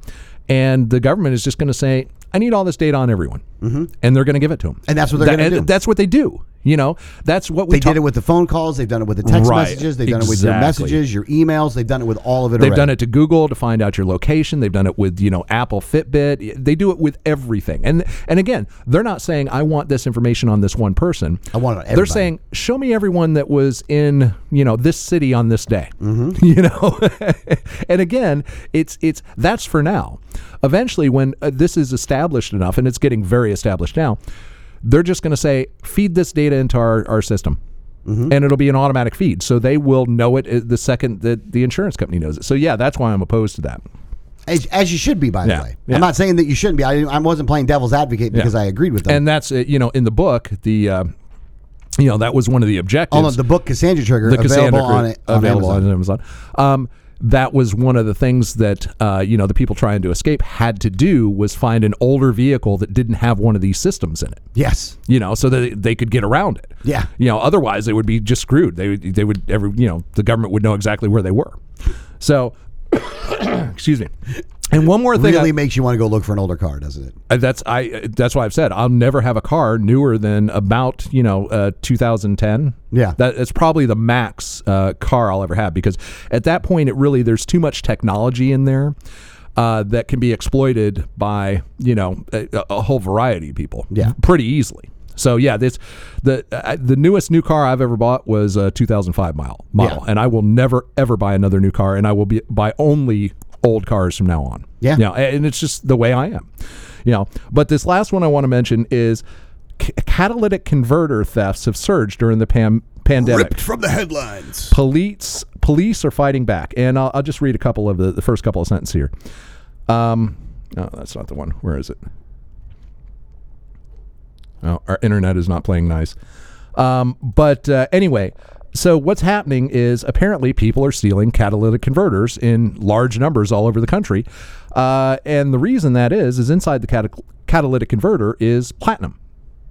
and the government is just going to say, "I need all this data on everyone," and they're going to give it to them.
Mm-hmm. And that's what they're gonna do.
That's what they do. You know, that's what we
They
talk-
did it with the phone calls. They've done it with the text
Right,
messages. They've done it with your
exactly.
messages, your emails. They've done it with all of it.
They've
already.
done it to Google to find out your location. They've done it with you know Apple Fitbit. They do it with everything. And and again, they're not saying I want this information on this one person.
I want it on
They're
everybody.
saying show me everyone that was in you know this city on this day.
Mm-hmm.
You know, and again, it's it's that's for now. Eventually, when uh, this is established enough, and it's getting very established now, they're just going to say feed this data into our our system
Mm-hmm.
and it'll be an automatic feed. So they will know it uh, the second that the insurance company knows it. So yeah, that's why I'm opposed to that.
as, as you should be. By
Yeah,
the way,
yeah.
I'm not saying that you shouldn't be. I, I wasn't playing devil's advocate because I agreed with them.
And that's uh, you know in the book the uh, you know that was one of the objectives.
Although the book Cassandra Trigger
the
available
Cassandra
on
Crew-
it on
available
Amazon.
on Amazon. Um, that was one of the things that uh, you know the people trying to escape had to do was find an older vehicle that didn't have one of these systems in it.
Yes.
you know, so that they could get around it.
Yeah.
You know, otherwise they would be just screwed. They would, they would every you know the government would know exactly where they were. So, excuse me. And one more thing,
Really
I-
makes you want to go look for an older car, doesn't it?
I, Uh, that's I that's why I've said I'll never have a car newer than about you know uh, 2010.
Yeah.
that, that's probably the max uh, car I'll ever have because at that point it really there's too much technology in there. Uh, that can be exploited by you know a, a whole variety of people
Yeah.
pretty easily. So yeah, this the uh, the newest new car I've ever bought was a 2005 mile model,
Yeah.
and I will never ever buy another new car, and I will be buy only old cars from now on.
Yeah.
you know, a- and it's just the way I am. You know, but this last one I want to mention is c- catalytic converter thefts have surged during the pam- pandemic.
from the headlines.
Police police are fighting back, and I'll, I'll just read a couple of the, the first couple of sentences here. Um, no, that's not the one. Where is it? Oh, our internet is not playing nice. Um, but uh, anyway, so what's happening is apparently people are stealing catalytic converters in large numbers all over the country, uh, and the reason that is is inside the cata- catalytic converter is platinum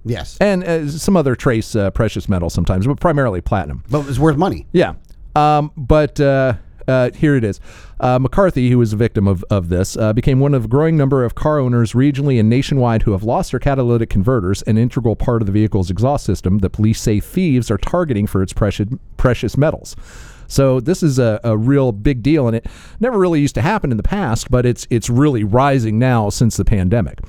Yes.
and uh, some other trace uh, precious metals sometimes, but primarily platinum.
But it's worth money.
Yeah. Um, but uh, uh, here it is. Uh, McCarthy, who was a victim of, of this, uh, became one of a growing number of car owners regionally and nationwide who have lost their catalytic converters, an integral part of the vehicle's exhaust system that police say thieves are targeting for its precious, precious metals. So this is a, a real big deal, and it never really used to happen in the past, but it's it's really rising now since the pandemic.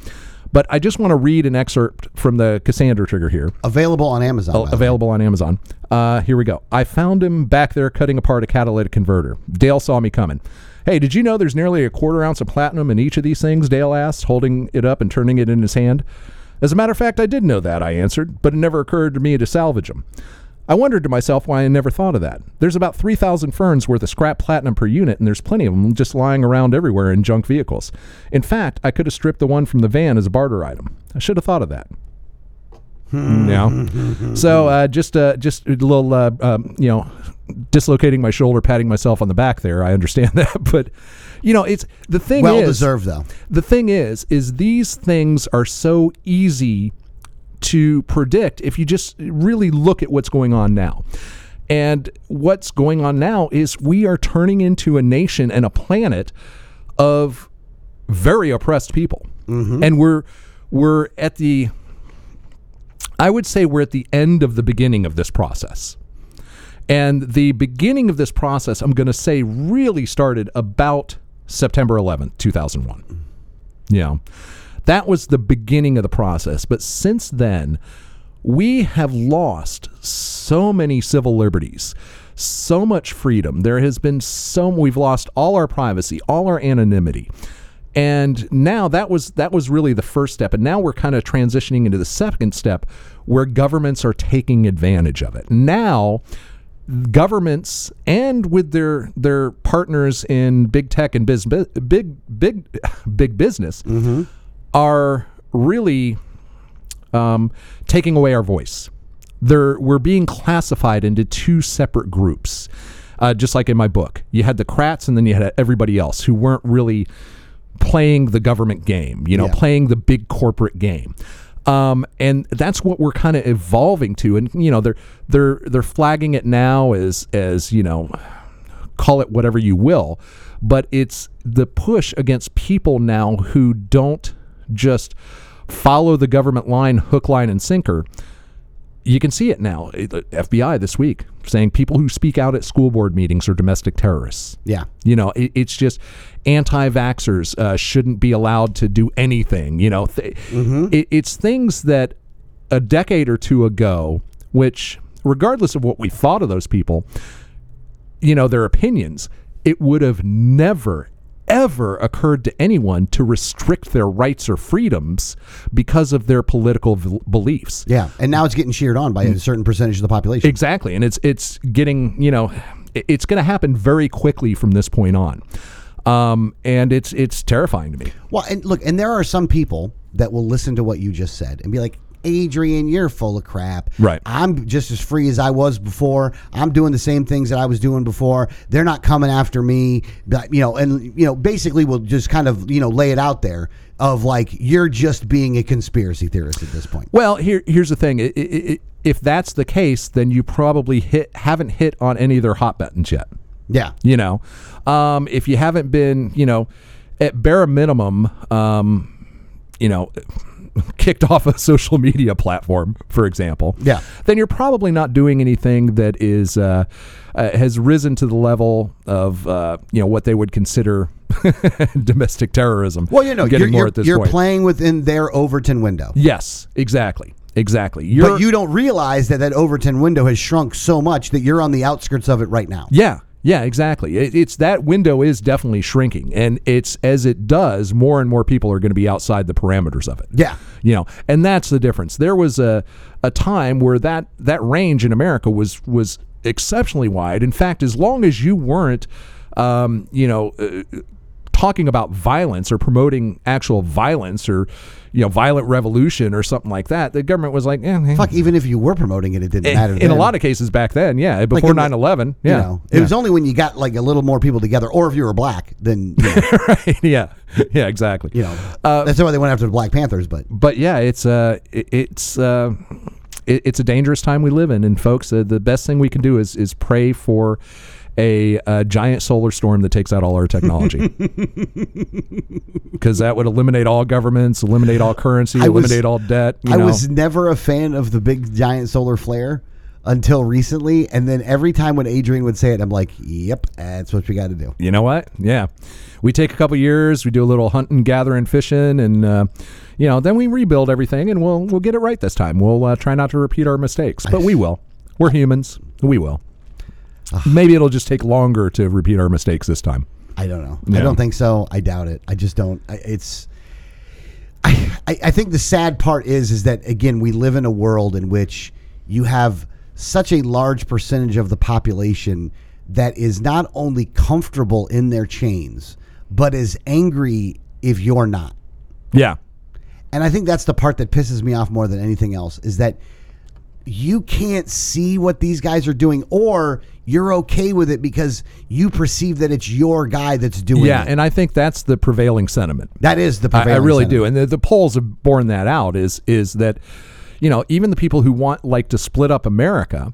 But I just want to read an excerpt from the Cassandra trigger here
Available on Amazon.
Oh,
by the way.
available on Amazon. Uh, here we go. I found him back there cutting apart a catalytic converter. Dale saw me coming. Hey, did you know there's nearly a quarter ounce of platinum in each of these things? Dale asked, holding it up and turning it in his hand. As a matter of fact, I did know that, I answered, but it never occurred to me to salvage them. I wondered to myself why I never thought of that. There's about 3,000 ferns worth of scrap platinum per unit, and there's plenty of them just lying around everywhere in junk vehicles. In fact, I could have stripped the one from the van as a barter item. I should have thought of that. Yeah. So uh, just uh, just a little uh, um, you know dislocating my shoulder, patting myself on the back there. I understand that, but you know it's the thing
Well
is
deserved, though.
the thing is is these things are so easy to predict if you just really look at what's going on now and what's going on now is we are turning into a nation and a planet of very oppressed people and we're we're at the i would say we're at the end of the beginning of this process and the beginning of this process i'm going to say really started about september 11th 2001 yeah. That was the beginning of the process. But since then, we have lost so many civil liberties, so much freedom. There has been so we've lost all our privacy, all our anonymity. And now that was that was really the first step. And now we're kind of transitioning into the second step where governments are taking advantage of it. Now governments and with their their partners in big tech and biz, big big big business are really um, taking away our voice. They're, we're being classified into two separate groups, uh, just like in my book. You had the Krats, and then you had everybody else who weren't really playing the government game. You know,
Yeah.
playing the big corporate game. Um, and that's what we're kind of evolving to. And you know, they're they're they're flagging it now as as you know call it whatever you will, but it's the push against people now who don't just follow the government line, hook, line, and sinker. You can see it now. It- the FBI this week saying people who speak out at school board meetings are domestic terrorists.
Yeah.
You know, it, it's just anti vaxxers uh, shouldn't be allowed to do anything. You know, th- it, it's things that a decade or two ago, which, regardless of what we thought of those people, you know, their opinions, it would have never, ever occurred to anyone to restrict their rights or freedoms because of their political v- beliefs.
Yeah. And now it's getting cheered on
Hmm.
by a certain percentage of the population.
Exactly, and it's it's getting you know, it- it's going to happen very quickly from this point on, um, and it's it's terrifying to me.
Well, and look, and there are some people that will listen to what you just said and be like, Adrian, you're full of crap.
Right.
I'm just as free as I was before. I'm doing the same things that I was doing before. They're not coming after me. But, you know, and you know, basically we'll just kind of, you know, lay it out there of like you're just being a conspiracy theorist at this point.
Well, here here's the thing: I i i if that's the case, then you probably hit haven't hit on any of their hot buttons yet.
Yeah.
You know, um, if you haven't been, you know, at bare minimum, um, you know, kicked off a social media platform, for example,
Yeah.
then you're probably not doing anything that is uh, uh, has risen to the level of uh, you know what they would consider domestic terrorism.
Well, you know,
getting
you're,
more
you're,
at this
you're
point.
playing within their Overton window.
yes, exactly, exactly. You're,
But you don't realize that that Overton window has shrunk so much that you're on the outskirts of it right now.
Yeah, yeah, exactly. It, it's that window is definitely shrinking, and it's as it does, more and more people are going to be outside the parameters of it.
Yeah.
you know, and that's the difference. There was a a time where that that range in America was was exceptionally wide. In fact, as long as you weren't, um, you know. Uh, talking about violence or promoting actual violence or you know violent revolution or something like that the government was like eh, eh.
Fuck, even if you were promoting it, it didn't matter.
in a lot of cases back then yeah before
in the-
9-11
you
yeah
know, it was only when you got like a little more people together, or if you were black, then you know,
yeah, yeah, exactly.
you know,
Uh,
that's why they went after the Black Panthers. But
but yeah, it's uh, it, it's uh, it, it's a dangerous time we live in, and folks, uh, the best thing we can do is is pray for a, uh giant solar storm that takes out all our technology, because that would eliminate all governments, eliminate all currency,
I was-
eliminate all debt. You
I
know?
was never a fan of the big giant solar flare until recently, and then every time when Adrian would say it, I'm like, "Yep, that's what we got to do."
you know what? Yeah, we take a couple years, we do a little hunting, gathering, fishing, and uh, you know, then we rebuild everything, and we'll we'll get it right this time. We'll uh, try not to repeat our mistakes, but we will. We're humans. We will. Maybe it'll just take longer to repeat our mistakes this time.
I don't know. I
Yeah.
don't think so. I doubt it. I just don't. I, it's. I, I think the sad part is is that again we live in a world in which you have such a large percentage of the population that is not only comfortable in their chains but is angry if you're not
Yeah.
and I think that's the part that pisses me off more than anything else is that you can't see what these guys are doing, or you're okay with it because you perceive that it's your guy that's doing
Yeah.
it.
And I think that's the prevailing sentiment.
that is the
I, I
prevailing
really do,
sentiment.
and the, the polls have borne that out. Is is that you know even the people who want like to split up America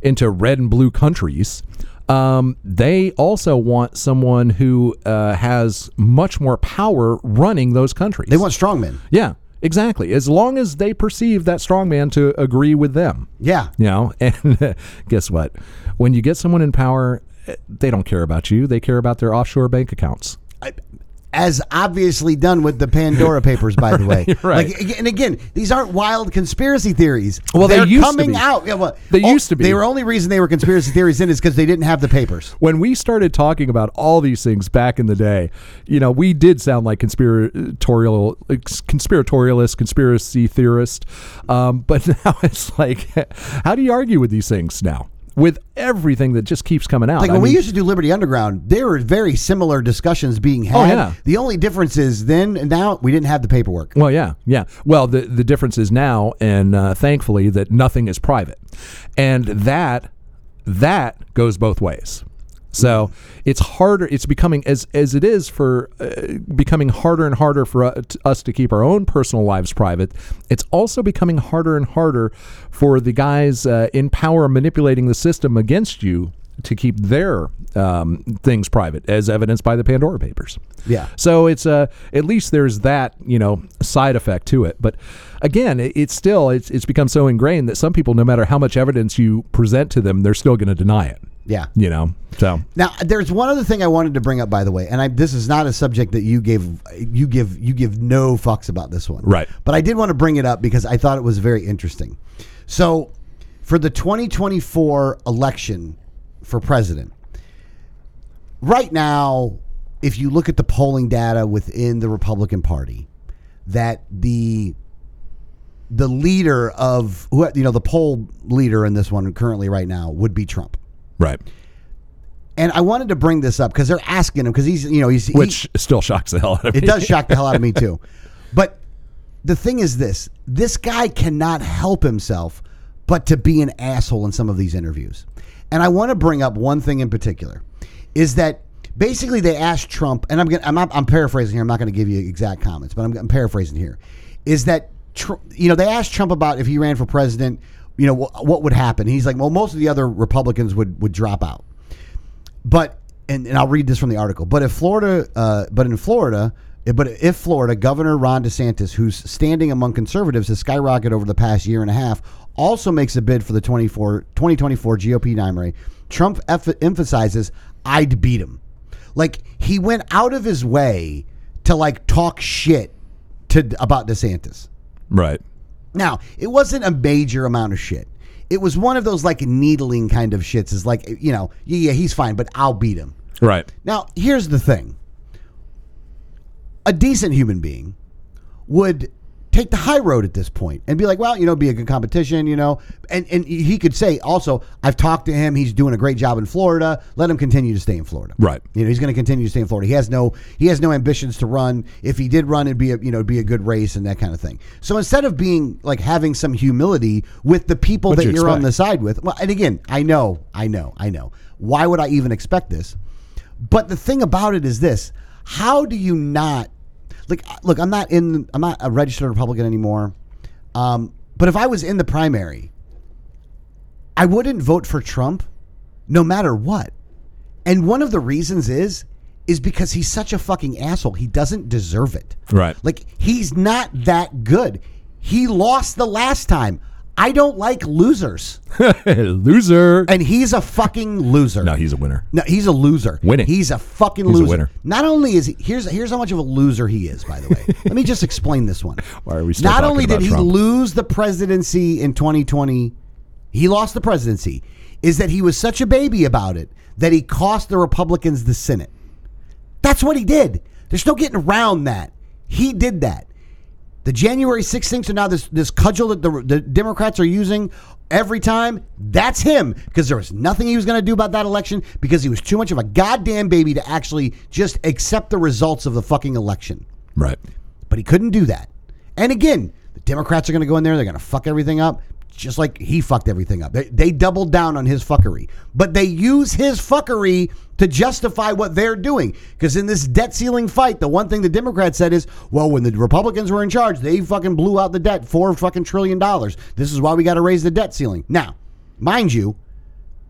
into red and blue countries, um, they also want someone who uh, has much more power running those countries.
They want strongmen.
yeah, exactly. As long as they perceive that strongman to agree with them.
Yeah.
You know, and uh, guess what? When you get someone in power, eh, they don't care about you. They care about their offshore bank accounts.
As obviously done with the Pandora Papers, by the way.
right.
Like, ag- and again, these aren't wild conspiracy theories.
Well, they
They're
used to
coming
be.
out. Yeah, well, oh,
They used to be.
They were only reason they were conspiracy theories in is because they didn't have the papers.
when we started talking about all these things back in the day, you know, we did sound like conspiratorial, conspiratorialists, conspiracy theorists. Um, but now it's like, how do you argue with these things now? With everything that just keeps coming out,
Like
I
when we
mean,
used to do Liberty Underground, there were very similar discussions being had.
Oh, yeah.
The only difference is then and now we didn't have the paperwork.
Well, yeah, yeah. Well, the the difference is now, and uh, thankfully, that nothing is private, and that that goes both ways. So it's harder. It's becoming as as it is for uh, becoming harder and harder for uh, t- us to keep our own personal lives private. It's also becoming harder and harder for the guys uh, in power manipulating the system against you to keep their um, things private, as evidenced by the Pandora Papers.
Yeah.
So it's uh, at least there's that you know side effect to it. But again, it, it's still it's it's become so ingrained that some people, no matter how much evidence you present to them, they're still going to deny it.
Yeah.
You know. So
Now there's one other thing I wanted to bring up by the way, and I, this is not a subject that you gave you give you give no fucks about this one.
Right.
But I did want to bring it up because I thought it was very interesting. So for the 2024 election for president, right now, if you look at the polling data within the Republican Party, that the the leader of who you know the poll leader in this one currently right now would be Trump.
right,
And I wanted to bring this up because they're asking him because he's you know he's he-
which still shocks the hell out of
it
me.
does shock the hell out of me too. But the thing is this: this guy cannot help himself but to be an asshole in some of these interviews. And I want to bring up one thing in particular: is that basically they asked Trump, and I'm gonna, I'm, I'm paraphrasing here. I'm not going to give you exact comments, but I'm, I'm paraphrasing here. Is that Tr- you know they asked Trump about if he ran for president, you know wh- what would happen? He's like, well, most of the other Republicans would would drop out. But and, and I'll read this from the article. But if Florida, uh, but in Florida, eh, but if Florida Governor Ron DeSantis, whose standing among conservatives has skyrocketed over the past year and a half, also makes a bid for the 24, 2024 GOP nominee, Trump eff emphasizes, "I'd beat him." Like he went out of his way to like talk shit to about DeSantis.
right.
Now, it wasn't a major amount of shit. It was one of those like needling kind of shits. Is like, eh, you know, yeah, yeah, he's fine, but I'll beat him.
Right.
Now, here's the thing a decent human being would take the high road at this point and be like, well, you know, be a good competition, you know. And, and he could say also, I've talked to him. He's doing a great job in Florida. Let him continue to stay in Florida.
Right.
You know, he's going to continue to stay in Florida. He has no he has no ambitions to run. If he did run, it'd be a you know it'd be a good race and that kind of thing. So instead of being like having some humility with the people
What'd
that
you
you're on
expect?
the side with, well, and again, I know, I know, I know. Why would I even expect this? But the thing about it is this: How do you not like? uh, Look, I'm not in. I'm not a registered Republican anymore. Um, but if I was in the primary, I wouldn't vote for Trump, no matter what. And one of the reasons is is because he's such a fucking asshole. He doesn't deserve it.
Right.
Like he's not that good. He lost the last time. I don't like losers.
Loser.
And he's a fucking loser.
no, he's a winner.
No, he's a loser.
Winning.
He's a fucking
He's a
loser.
winner.
Not only is he here's here's how much of a loser he is. By the way, let me just explain this one.
Why are we still
Not
talking
only
about
did
Trump?
he lose the presidency in 2020, he lost the presidency. Is that he was such a baby about it that he cost the Republicans the Senate? That's what he did. There's no getting around that. He did that. The January 6th thing, so now this, this cudgel that the, the Democrats are using every time, that's him because there was nothing he was going to do about that election because he was too much of a goddamn baby to actually just accept the results of the fucking election
Right.
but he couldn't do that. And again, the Democrats are going to go in there. They're going to fuck everything up, just like he fucked everything up. They, they doubled down on his fuckery, but they use his fuckery to justify what they're doing. Because in this debt ceiling fight, the one thing the Democrats said is, well, when the Republicans were in charge, they fucking blew out the debt four fucking trillion dollars. This is why we got to raise the debt ceiling. Now, mind you,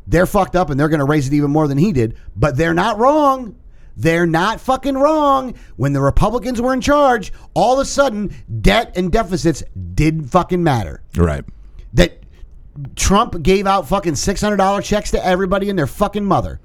they're fucked up and they're going to raise it even more than he did, but they're not wrong. They're not fucking wrong. When the Republicans were in charge, all of a sudden, debt and deficits did fucking matter.
Right.
That Trump gave out fucking $600 checks to everybody and their fucking mother.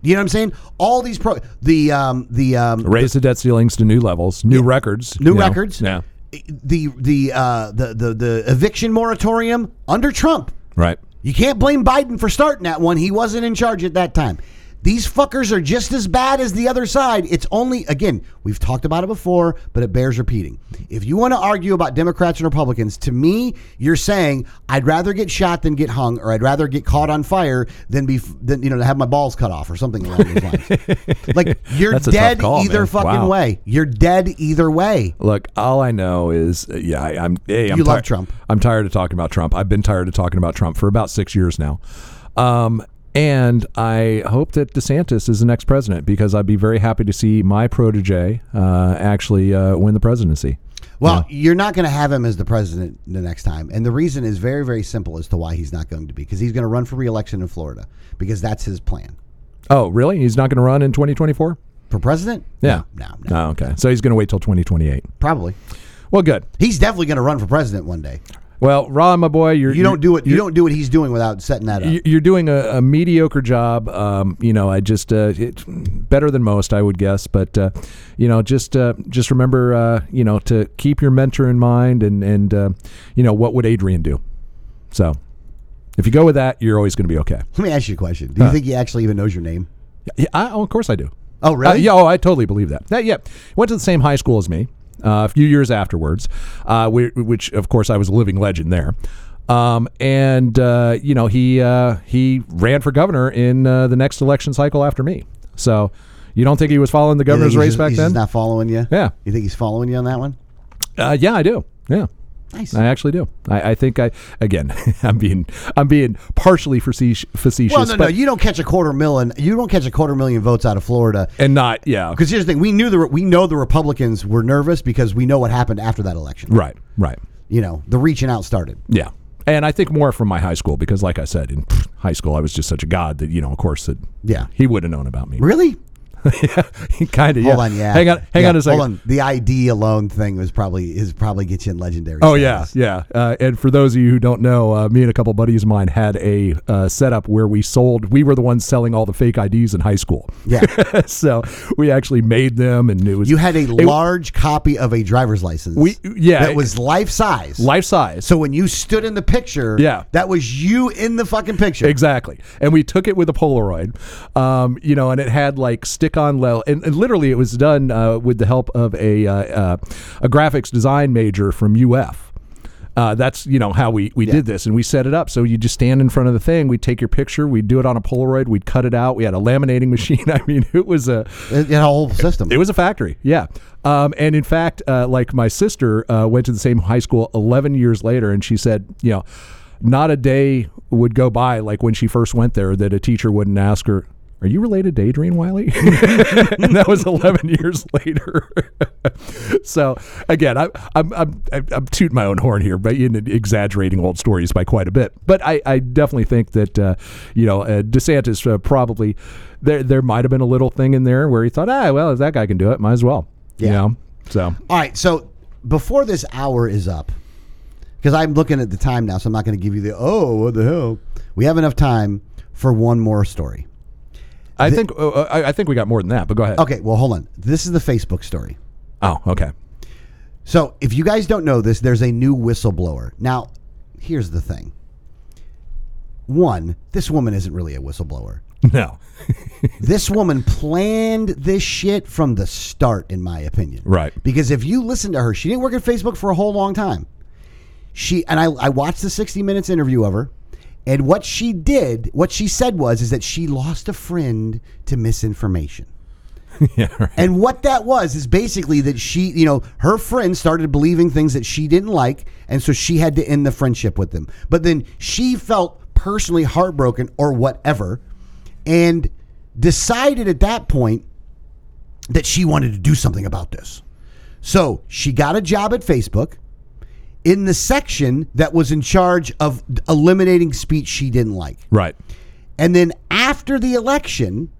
You know what I'm saying? All these pro the um the um
Raise the debt ceilings to new levels, new records,
new
you know.
records.
Yeah.
The the uh the the the eviction moratorium under Trump.
Right.
You can't blame Biden for starting that one. He wasn't in charge at that time. These fuckers are just as bad as the other side. It's only, again, we've talked about it before, but it bears repeating. If you want to argue about Democrats and Republicans, to me, you're saying, I'd rather get shot than get hung, or I'd rather get caught on fire than be, than, you know, to have my balls cut off or something along those lines. like, you're
That's a tough
dead
call,
either
man.
fucking
Wow.
way. You're dead either way.
Look, all I know is, uh, yeah, I, I'm. Hey, I'm
You love
ti-
Trump.
I'm tired of talking about Trump. I've been tired of talking about Trump for about six years now, um, and I hope that DeSantis is the next president because I'd be very happy to see my protege uh, actually uh, win the presidency.
Well, you're not going to have him as the president the next time, and the reason is very, very simple as to why he's not going to be because he's going to run for reelection in Florida because that's his plan
Oh, really? He's not going to run in 2024?
for president.
Yeah.
no, no, no.
Oh, okay. So he's going to wait till 2028.
probably.
Well, good.
He's definitely going to run for president one day.
Well, Ron, my boy, you're
You don't do it. You
you're-
don't do what he's doing without setting that up.
you- you're doing a, a mediocre job. Um, you know, I just uh, it, better than most, I would guess. But uh, you know, just uh, just remember, uh, you know, to keep your mentor in mind, and and uh, you know, what would Adrian do? So, if you go with that, you're always going to be okay.
Let me ask you a question. Do you think he actually even knows your name?
Yeah, I, oh, of course I do.
Oh, really?
Uh, yeah, oh, I totally believe that. That- yeah, went to the same high school as me. Uh, a few years afterwards, uh, whi- which of course I was a living legend there. Um, and uh, you know he uh, he ran for governor in uh, the next election cycle after me. So you don't think he was following the
You think
governor's
he's
race
just-
back
he's
then?
Just not following you.
Yeah.
You think he's following you on that one?
Uh, yeah, I do. Yeah.
Nice.
I actually do. I, I think I again. I'm being I'm being partially facetious, facetious
Well, no, no.
but,
You don't catch a quarter million. You don't catch a quarter million votes out of Florida
and not yeah.
Because here's the thing: we knew the we know the Republicans were nervous because we know what happened after that election.
Right, right.
You know, the reaching out started.
Yeah. And I think more from my high school because, like I said, in pff, high school I was just such a god that you know, of course, that
Yeah.
he would have known about me.
Really?
kind of. Yeah.
Hold on, yeah.
Hang on. Hang
Yeah,
on a second.
Hold on. The ID alone thing was probably is probably get you in legendary.
Oh yeah,
status.
yeah. Uh, and for those of you who don't know, uh, me and a couple buddies of mine had a uh, setup where we sold. We were the ones selling all the fake IDs in high school.
yeah.
so we actually made them, and it was
You had a
it-
large copy of a driver's license.
We- yeah,
that
it-
was life size.
life size.
So when you stood in the picture,
Yeah.
that was you in the fucking picture.
Exactly. And we took it with a Polaroid, um, you know, and it had like stick on level. And, and literally, it was done uh, with the help of a, uh, uh, a graphics design major from UF. Uh, that's you know how we, we did this and we set it up so you just stand in front of the thing we take your picture we would do it on a polaroid we'd cut it out we had a laminating machine i mean it was a
It, it had a whole system.
it was a factory, yeah. Um, and in fact, uh, like my sister uh, went to the same high school 11 years later, and she said, you know, not a day would go by like when she first went there that a teacher wouldn't ask her, "Are you related to Adrian Wiley?" and that was 11 years later. so again, I, I'm I'm I'm I'm tooting my own horn here, but in exaggerating old stories by quite a bit. But I, I definitely think that uh, you know uh, DeSantis uh, probably there there might have been a little thing in there where he thought, ah, well, if that guy can do it, might as well. You
Yeah.
know? So
All right, so before this hour is up, because I'm looking at the time now, so I'm not going to give you the oh, what the hell. We have enough time for one more story.
I think uh, uh, I, I think we got more than that. But go ahead.
Okay, well, hold on. This is the Facebook story.
Oh, okay.
So, if you guys don't know this, there's a new whistleblower. Now, here's the thing. One, this woman isn't really a whistleblower.
No.
this woman planned this shit from the start, in my opinion.
Right.
Because if you listen to her, she didn't work at Facebook for a whole long time. She and I, I watched the 60 Minutes interview of her, and what she did, what she said was, is that she lost a friend to misinformation.
yeah. Right.
And what that was is basically that she, you know, her friend started believing things that she didn't like, and so she had to end the friendship with them. But then she felt personally heartbroken or whatever, and decided at that point that she wanted to do something about this. So she got a job at Facebook in the section that was in charge of eliminating speech she didn't like.
Right.
And then after the election,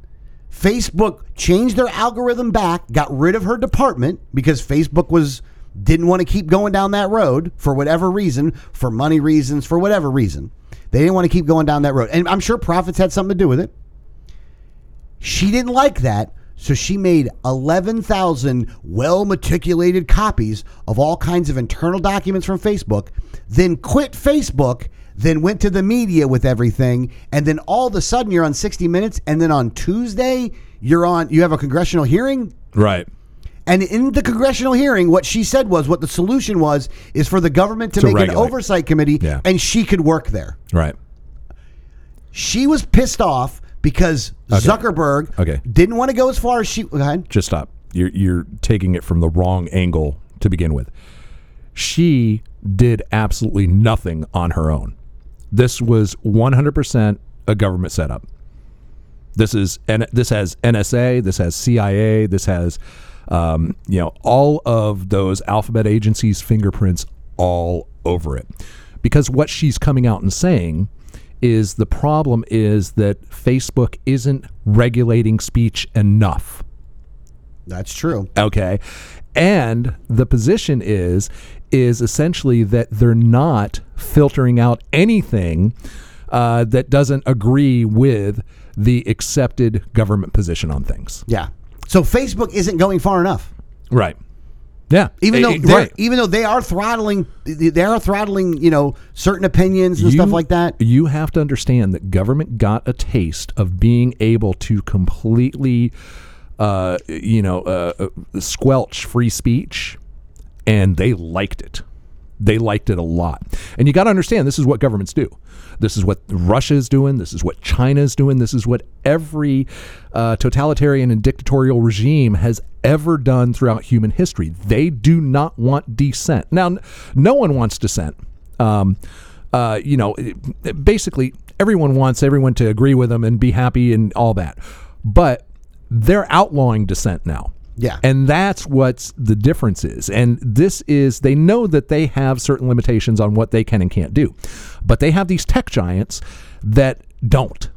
Facebook changed their algorithm back, got rid of her department because Facebook was didn't want to keep going down that road for whatever reason, for money reasons, for whatever reason. They didn't want to keep going down that road. And I'm sure profits had something to do with it. She didn't like that, so she made 11,000 well matriculated copies of all kinds of internal documents from Facebook, then quit Facebook, then went to the media with everything, and then all of a sudden you're on 60 Minutes, and then on Tuesday you're on you have a congressional hearing.
Right.
And in the congressional hearing, what she said was what the solution was is for the government to,
To
make
regulate.
an oversight committee,
Yeah.
and she could work there.
Right.
She was pissed off because Zuckerberg
Okay.
didn't want to go as far as she. Go ahead.
Just stop. You're you're taking it from the wrong angle to begin with. She did absolutely nothing on her own. This was 100% a government setup. This is and this has NSA, this has CIA, this has um, you know all of those alphabet agencies' fingerprints all over it. Because what she's coming out and saying is the problem is that Facebook isn't regulating speech enough.
That's true.
Okay. And the position is is essentially that they're not filtering out anything uh, that doesn't agree with the accepted government position on things.
Yeah. So Facebook isn't going far enough.
Right. Yeah.
Even
Eh,
though
eh,
they're e-,
right.
even though they are throttling they are throttling, you know, certain opinions and stuff
You-
like that.
You have to understand that government got a taste of being able to completely, uh, you know, uh, uh, squelch free speech, and they liked it. They liked it a lot. And you got to understand this is what governments do. This is what Russia's doing. This is what China's doing. This is what every uh, totalitarian and dictatorial regime has ever done throughout human history. They do not want dissent. Now, n- no one wants dissent. Um, uh, you know, it- it- basically, everyone wants everyone to agree with them and be happy and all that. But they're outlawing dissent now.
Yeah.
And that's what's the difference is. And this is they know that they have certain limitations on what they can and can't do. But they have these tech giants that don't.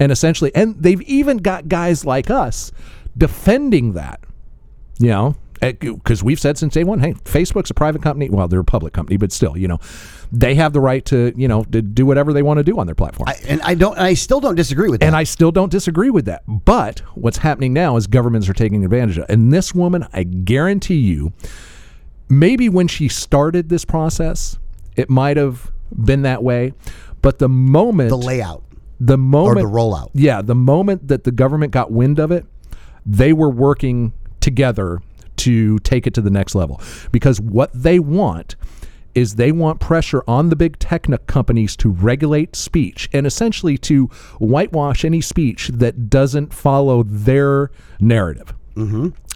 And essentially and they've even got guys like us defending that. You know, because we've said since day one, hey, Facebook's a private company. Well, they're a public company, but still, you know, they have the right to, you know, to do whatever they want to do on their platform.
I, and I don't and I still don't disagree with that.
And I still don't disagree with that. But what's happening now is governments are taking advantage of it. And this woman, I guarantee you, maybe when she started this process, it might have been that way. But the moment
the layout.
the moment
the rollout.
Yeah, the moment that the government got wind of it, they were working together to take it to the next level because what they want is they want pressure on the big tech companies to regulate speech and essentially to whitewash any speech that doesn't follow their narrative.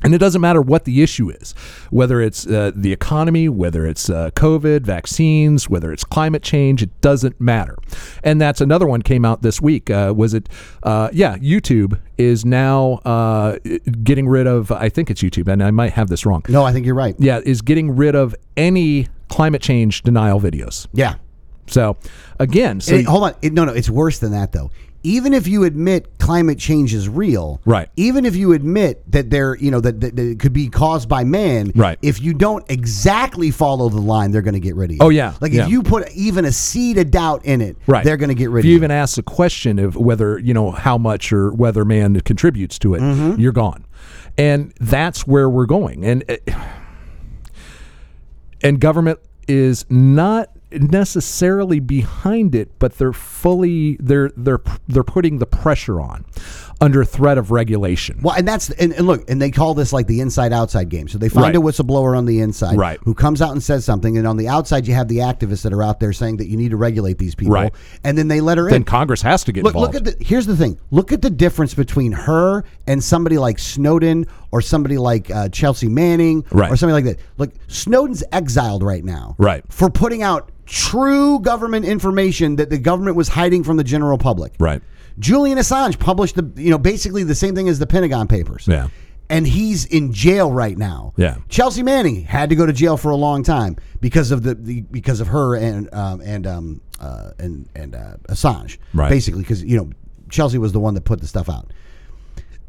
And it doesn't matter what the issue is, whether it's uh, the economy, whether it's uh, COVID, vaccines, whether it's climate change, it doesn't matter. And that's another one came out this week. Uh, was it? Uh, yeah, YouTube is now uh, getting rid of. I think it's YouTube, and I might have this wrong.
No, I think you're right.
Yeah, is getting rid of any climate change denial videos.
Yeah.
So again, so
And it- hold on. It- no, no, it's worse than that though. Even if you admit climate change is real,
Right.
Even if you admit that there, you know, that, that, that it could be caused by man,
Right.
If you don't exactly follow the line, they're going to get rid of you.
Oh, yeah,
Like
yeah.
if you put even a seed of doubt in it,
Right.
They're going to get rid
if
of
you
you.
even ask the question of whether you know how much or whether man contributes to it
Mm-hmm.
you're gone and that's where eh, we're going and and government is not necessarily behind it, but they're fully they're they're they're putting the pressure on under threat of regulation.
Well, and that's and, and look, and they call this like the inside outside game. So they find
Right.
a whistleblower on the inside
Right.
who comes out and says something, and on the outside you have the activists that are out there saying that you need to regulate these people.
Right.
And then they let her
Then
in.
Congress has to get
Look,
involved.
look at the here's the thing. Look at the difference between her and somebody like Snowden or somebody like uh, Chelsea Manning
Right.
or somebody like that. Like Snowden's exiled right now,
Right.
for putting out true government information that the government was hiding from the general public.
Right.
Julian Assange published the you know basically the same thing as the Pentagon Papers.
Yeah.
And he's in jail right now.
Yeah.
Chelsea Manning had to go to jail for a long time because of the, the because of her and um, and um, uh, and and uh, Assange.
Right.
Basically, because you know Chelsea was the one that put the stuff out.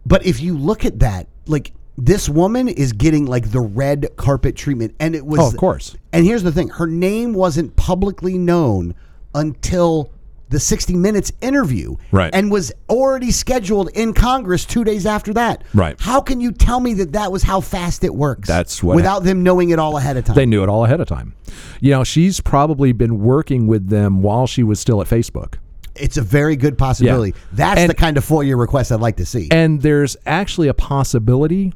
But if you look at that, like this woman is getting like the red carpet treatment, and it was
Oh, of course.
And here's the thing: her name wasn't publicly known until the 60 Minutes interview,
Right.
And was already scheduled in Congress two days after that,
Right.
How can you tell me that that was how fast it works?
That's what-
without them knowing it all ahead of time.
They knew it all ahead of time. You know, she's probably been working with them while she was still at Facebook.
it's a very good possibility.
Yeah.
That's
And-
the kind of FOIA request I'd like to see.
And there's actually a possibility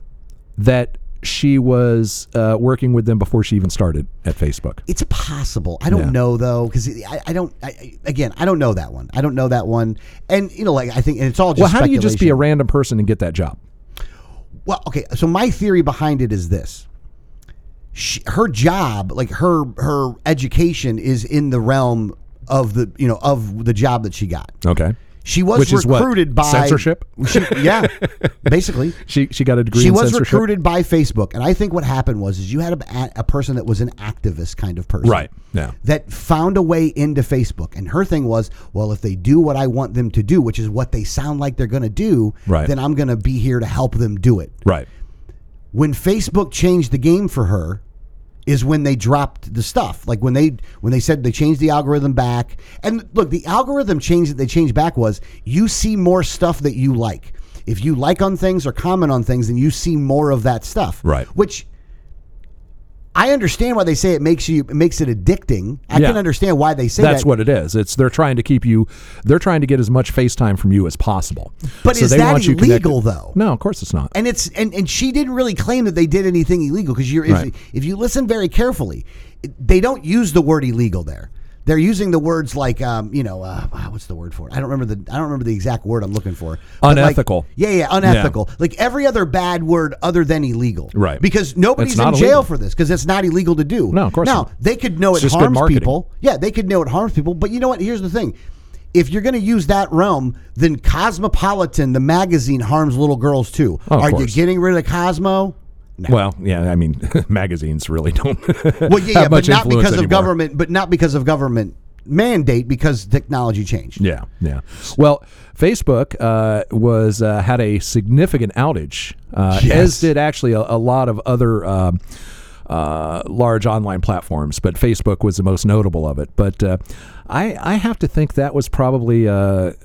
that she was uh, working with them before she even started at Facebook.
It's possible. I don't
Yeah.
know though, because I, I don't. I- I, again, I don't know that one. I don't know that one. And you know, like I think, and it's all just.
Well, how do you just be a
speculation.
random person and get that job?
Well, okay. So my theory behind it is this: she, her job, like her her education, is in the realm of the you know of the job that she got.
Okay.
She was
Which is what?
recruited by
Censorship?
She, yeah, basically.
She she got a degree
She
in
was
censorship.
recruited by Facebook, and I think what happened was is you had a, a person that was an activist kind of person,
Right, yeah.
that found a way into Facebook, and her thing was, well, if they do what I want them to do, which is what they sound like they're going to do,
Right.
then I'm going to be here to help them do it.
Right.
When Facebook changed the game for her, is when they dropped the stuff, like when they when they said they changed the algorithm back. And look, the algorithm change that they changed back was you see more stuff that you like. If you like on things or comment on things, then you see more of that stuff.
Right.
Which I understand why they say it makes you it makes it addicting. I
Yeah.
can understand why they say
That's
that.
what it is. It's they're trying to keep you. They're trying to get as much FaceTime from you as possible.
But
So
is
they
that
want you connected-
illegal, though?
No, of course it's not.
and it's and, and she didn't really claim that they did anything illegal because you're if,
Right.
if you listen very carefully, it- they don't use the word illegal there. They're using the words like um, you know uh, ah, what's the word for it? I don't remember the I don't remember the exact word I'm looking for. But like-
Unethical.
yeah, yeah, unethical. Like every other bad word other than illegal.
Right.
Because nobody's
It's
in
not
jail
illegal.
for this because it's not illegal to do.
No, of course
Now
not.
they could know
It's
it
just good
harms
marketing.
people. Yeah, they could know it harms people, but you know what? Here's the thing. If you're going to use that realm, then Cosmopolitan, the magazine, harms little girls too.
Oh, of
Are
course. Uh,
you getting rid of Cosmo?
Well, yeah, I mean, magazines really don't
Well, yeah,
have
yeah but
much
not
influence
because of
anymore.
government, but not because of government mandate, because technology changed.
Yeah, yeah. Well, Facebook uh, was uh, had a significant outage, uh, as did actually a, a lot of other. Um, uh, large online platforms, but Facebook was the most notable of it. But uh, I, I have to think that was probably a, a,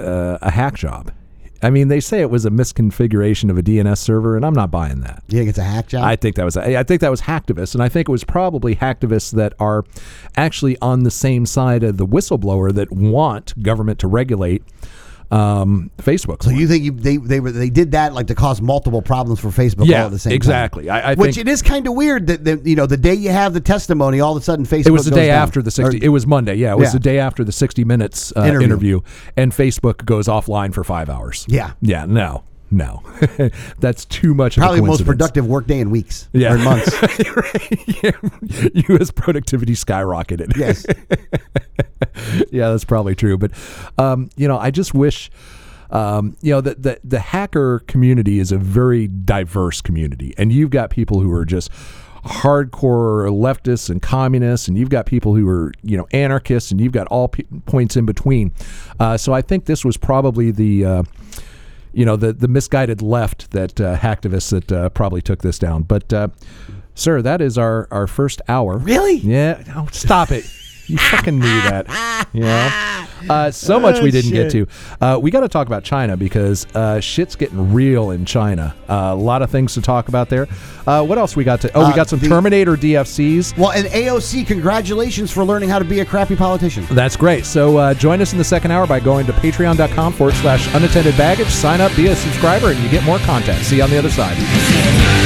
a hack job. I mean, they say it was a misconfiguration of a DNS server, and I'm not buying that.
You think it's a hack job?
I think that was I I think that was hacktivists, and I think it was probably hacktivists that are actually on the same side of the whistleblower that want government to regulate um, Facebook.
so you think you, they they were they did that like to cause multiple problems for Facebook
yeah,
all at the same time?
exactly. I, I
Which
think
it is kind of weird that, that you know the day you have the testimony, all of a sudden Facebook.
it was the
goes
day
down.
after the sixty.
Or-
it was Monday. Yeah, it was
Yeah.
the day after the sixty minutes uh,
Interview.
interview. and Facebook goes offline for five hours.
Yeah.
yeah. No, no, that's too much.
probably
of
the
a
most
coincidence.
productive workday in weeks
Yeah.
or months.
Yeah. U.S. productivity skyrocketed.
yes.
yeah, that's probably true. But um, you know, I just wish. Um, you know the, the the hacker community is a very diverse community, and you've got people who are just hardcore leftists and communists, and you've got people who are you know anarchists, and you've got all p- points in between. Uh, so I think this was probably the uh, you know the the misguided left that uh, hacktivists that uh, probably took this down. But uh, sir, that is our our first hour.
Really?
Yeah. Oh, stop it. You fucking knew that. Yeah. Uh, so much
Oh,
we didn't get to. Uh, we got to talk about China because uh, shit's getting real in China. Uh, a lot of things to talk about there. Uh, what else we got to? Oh, we
Uh,
got some
the-
Terminator DFCs.
Well, and AOC, congratulations for learning how to be a crappy politician.
That's great. So uh, join us in the second hour by going to patreon.com forward slash unattended baggage. Sign up, be a subscriber, and you get more content. See you on the other side.
Thank you.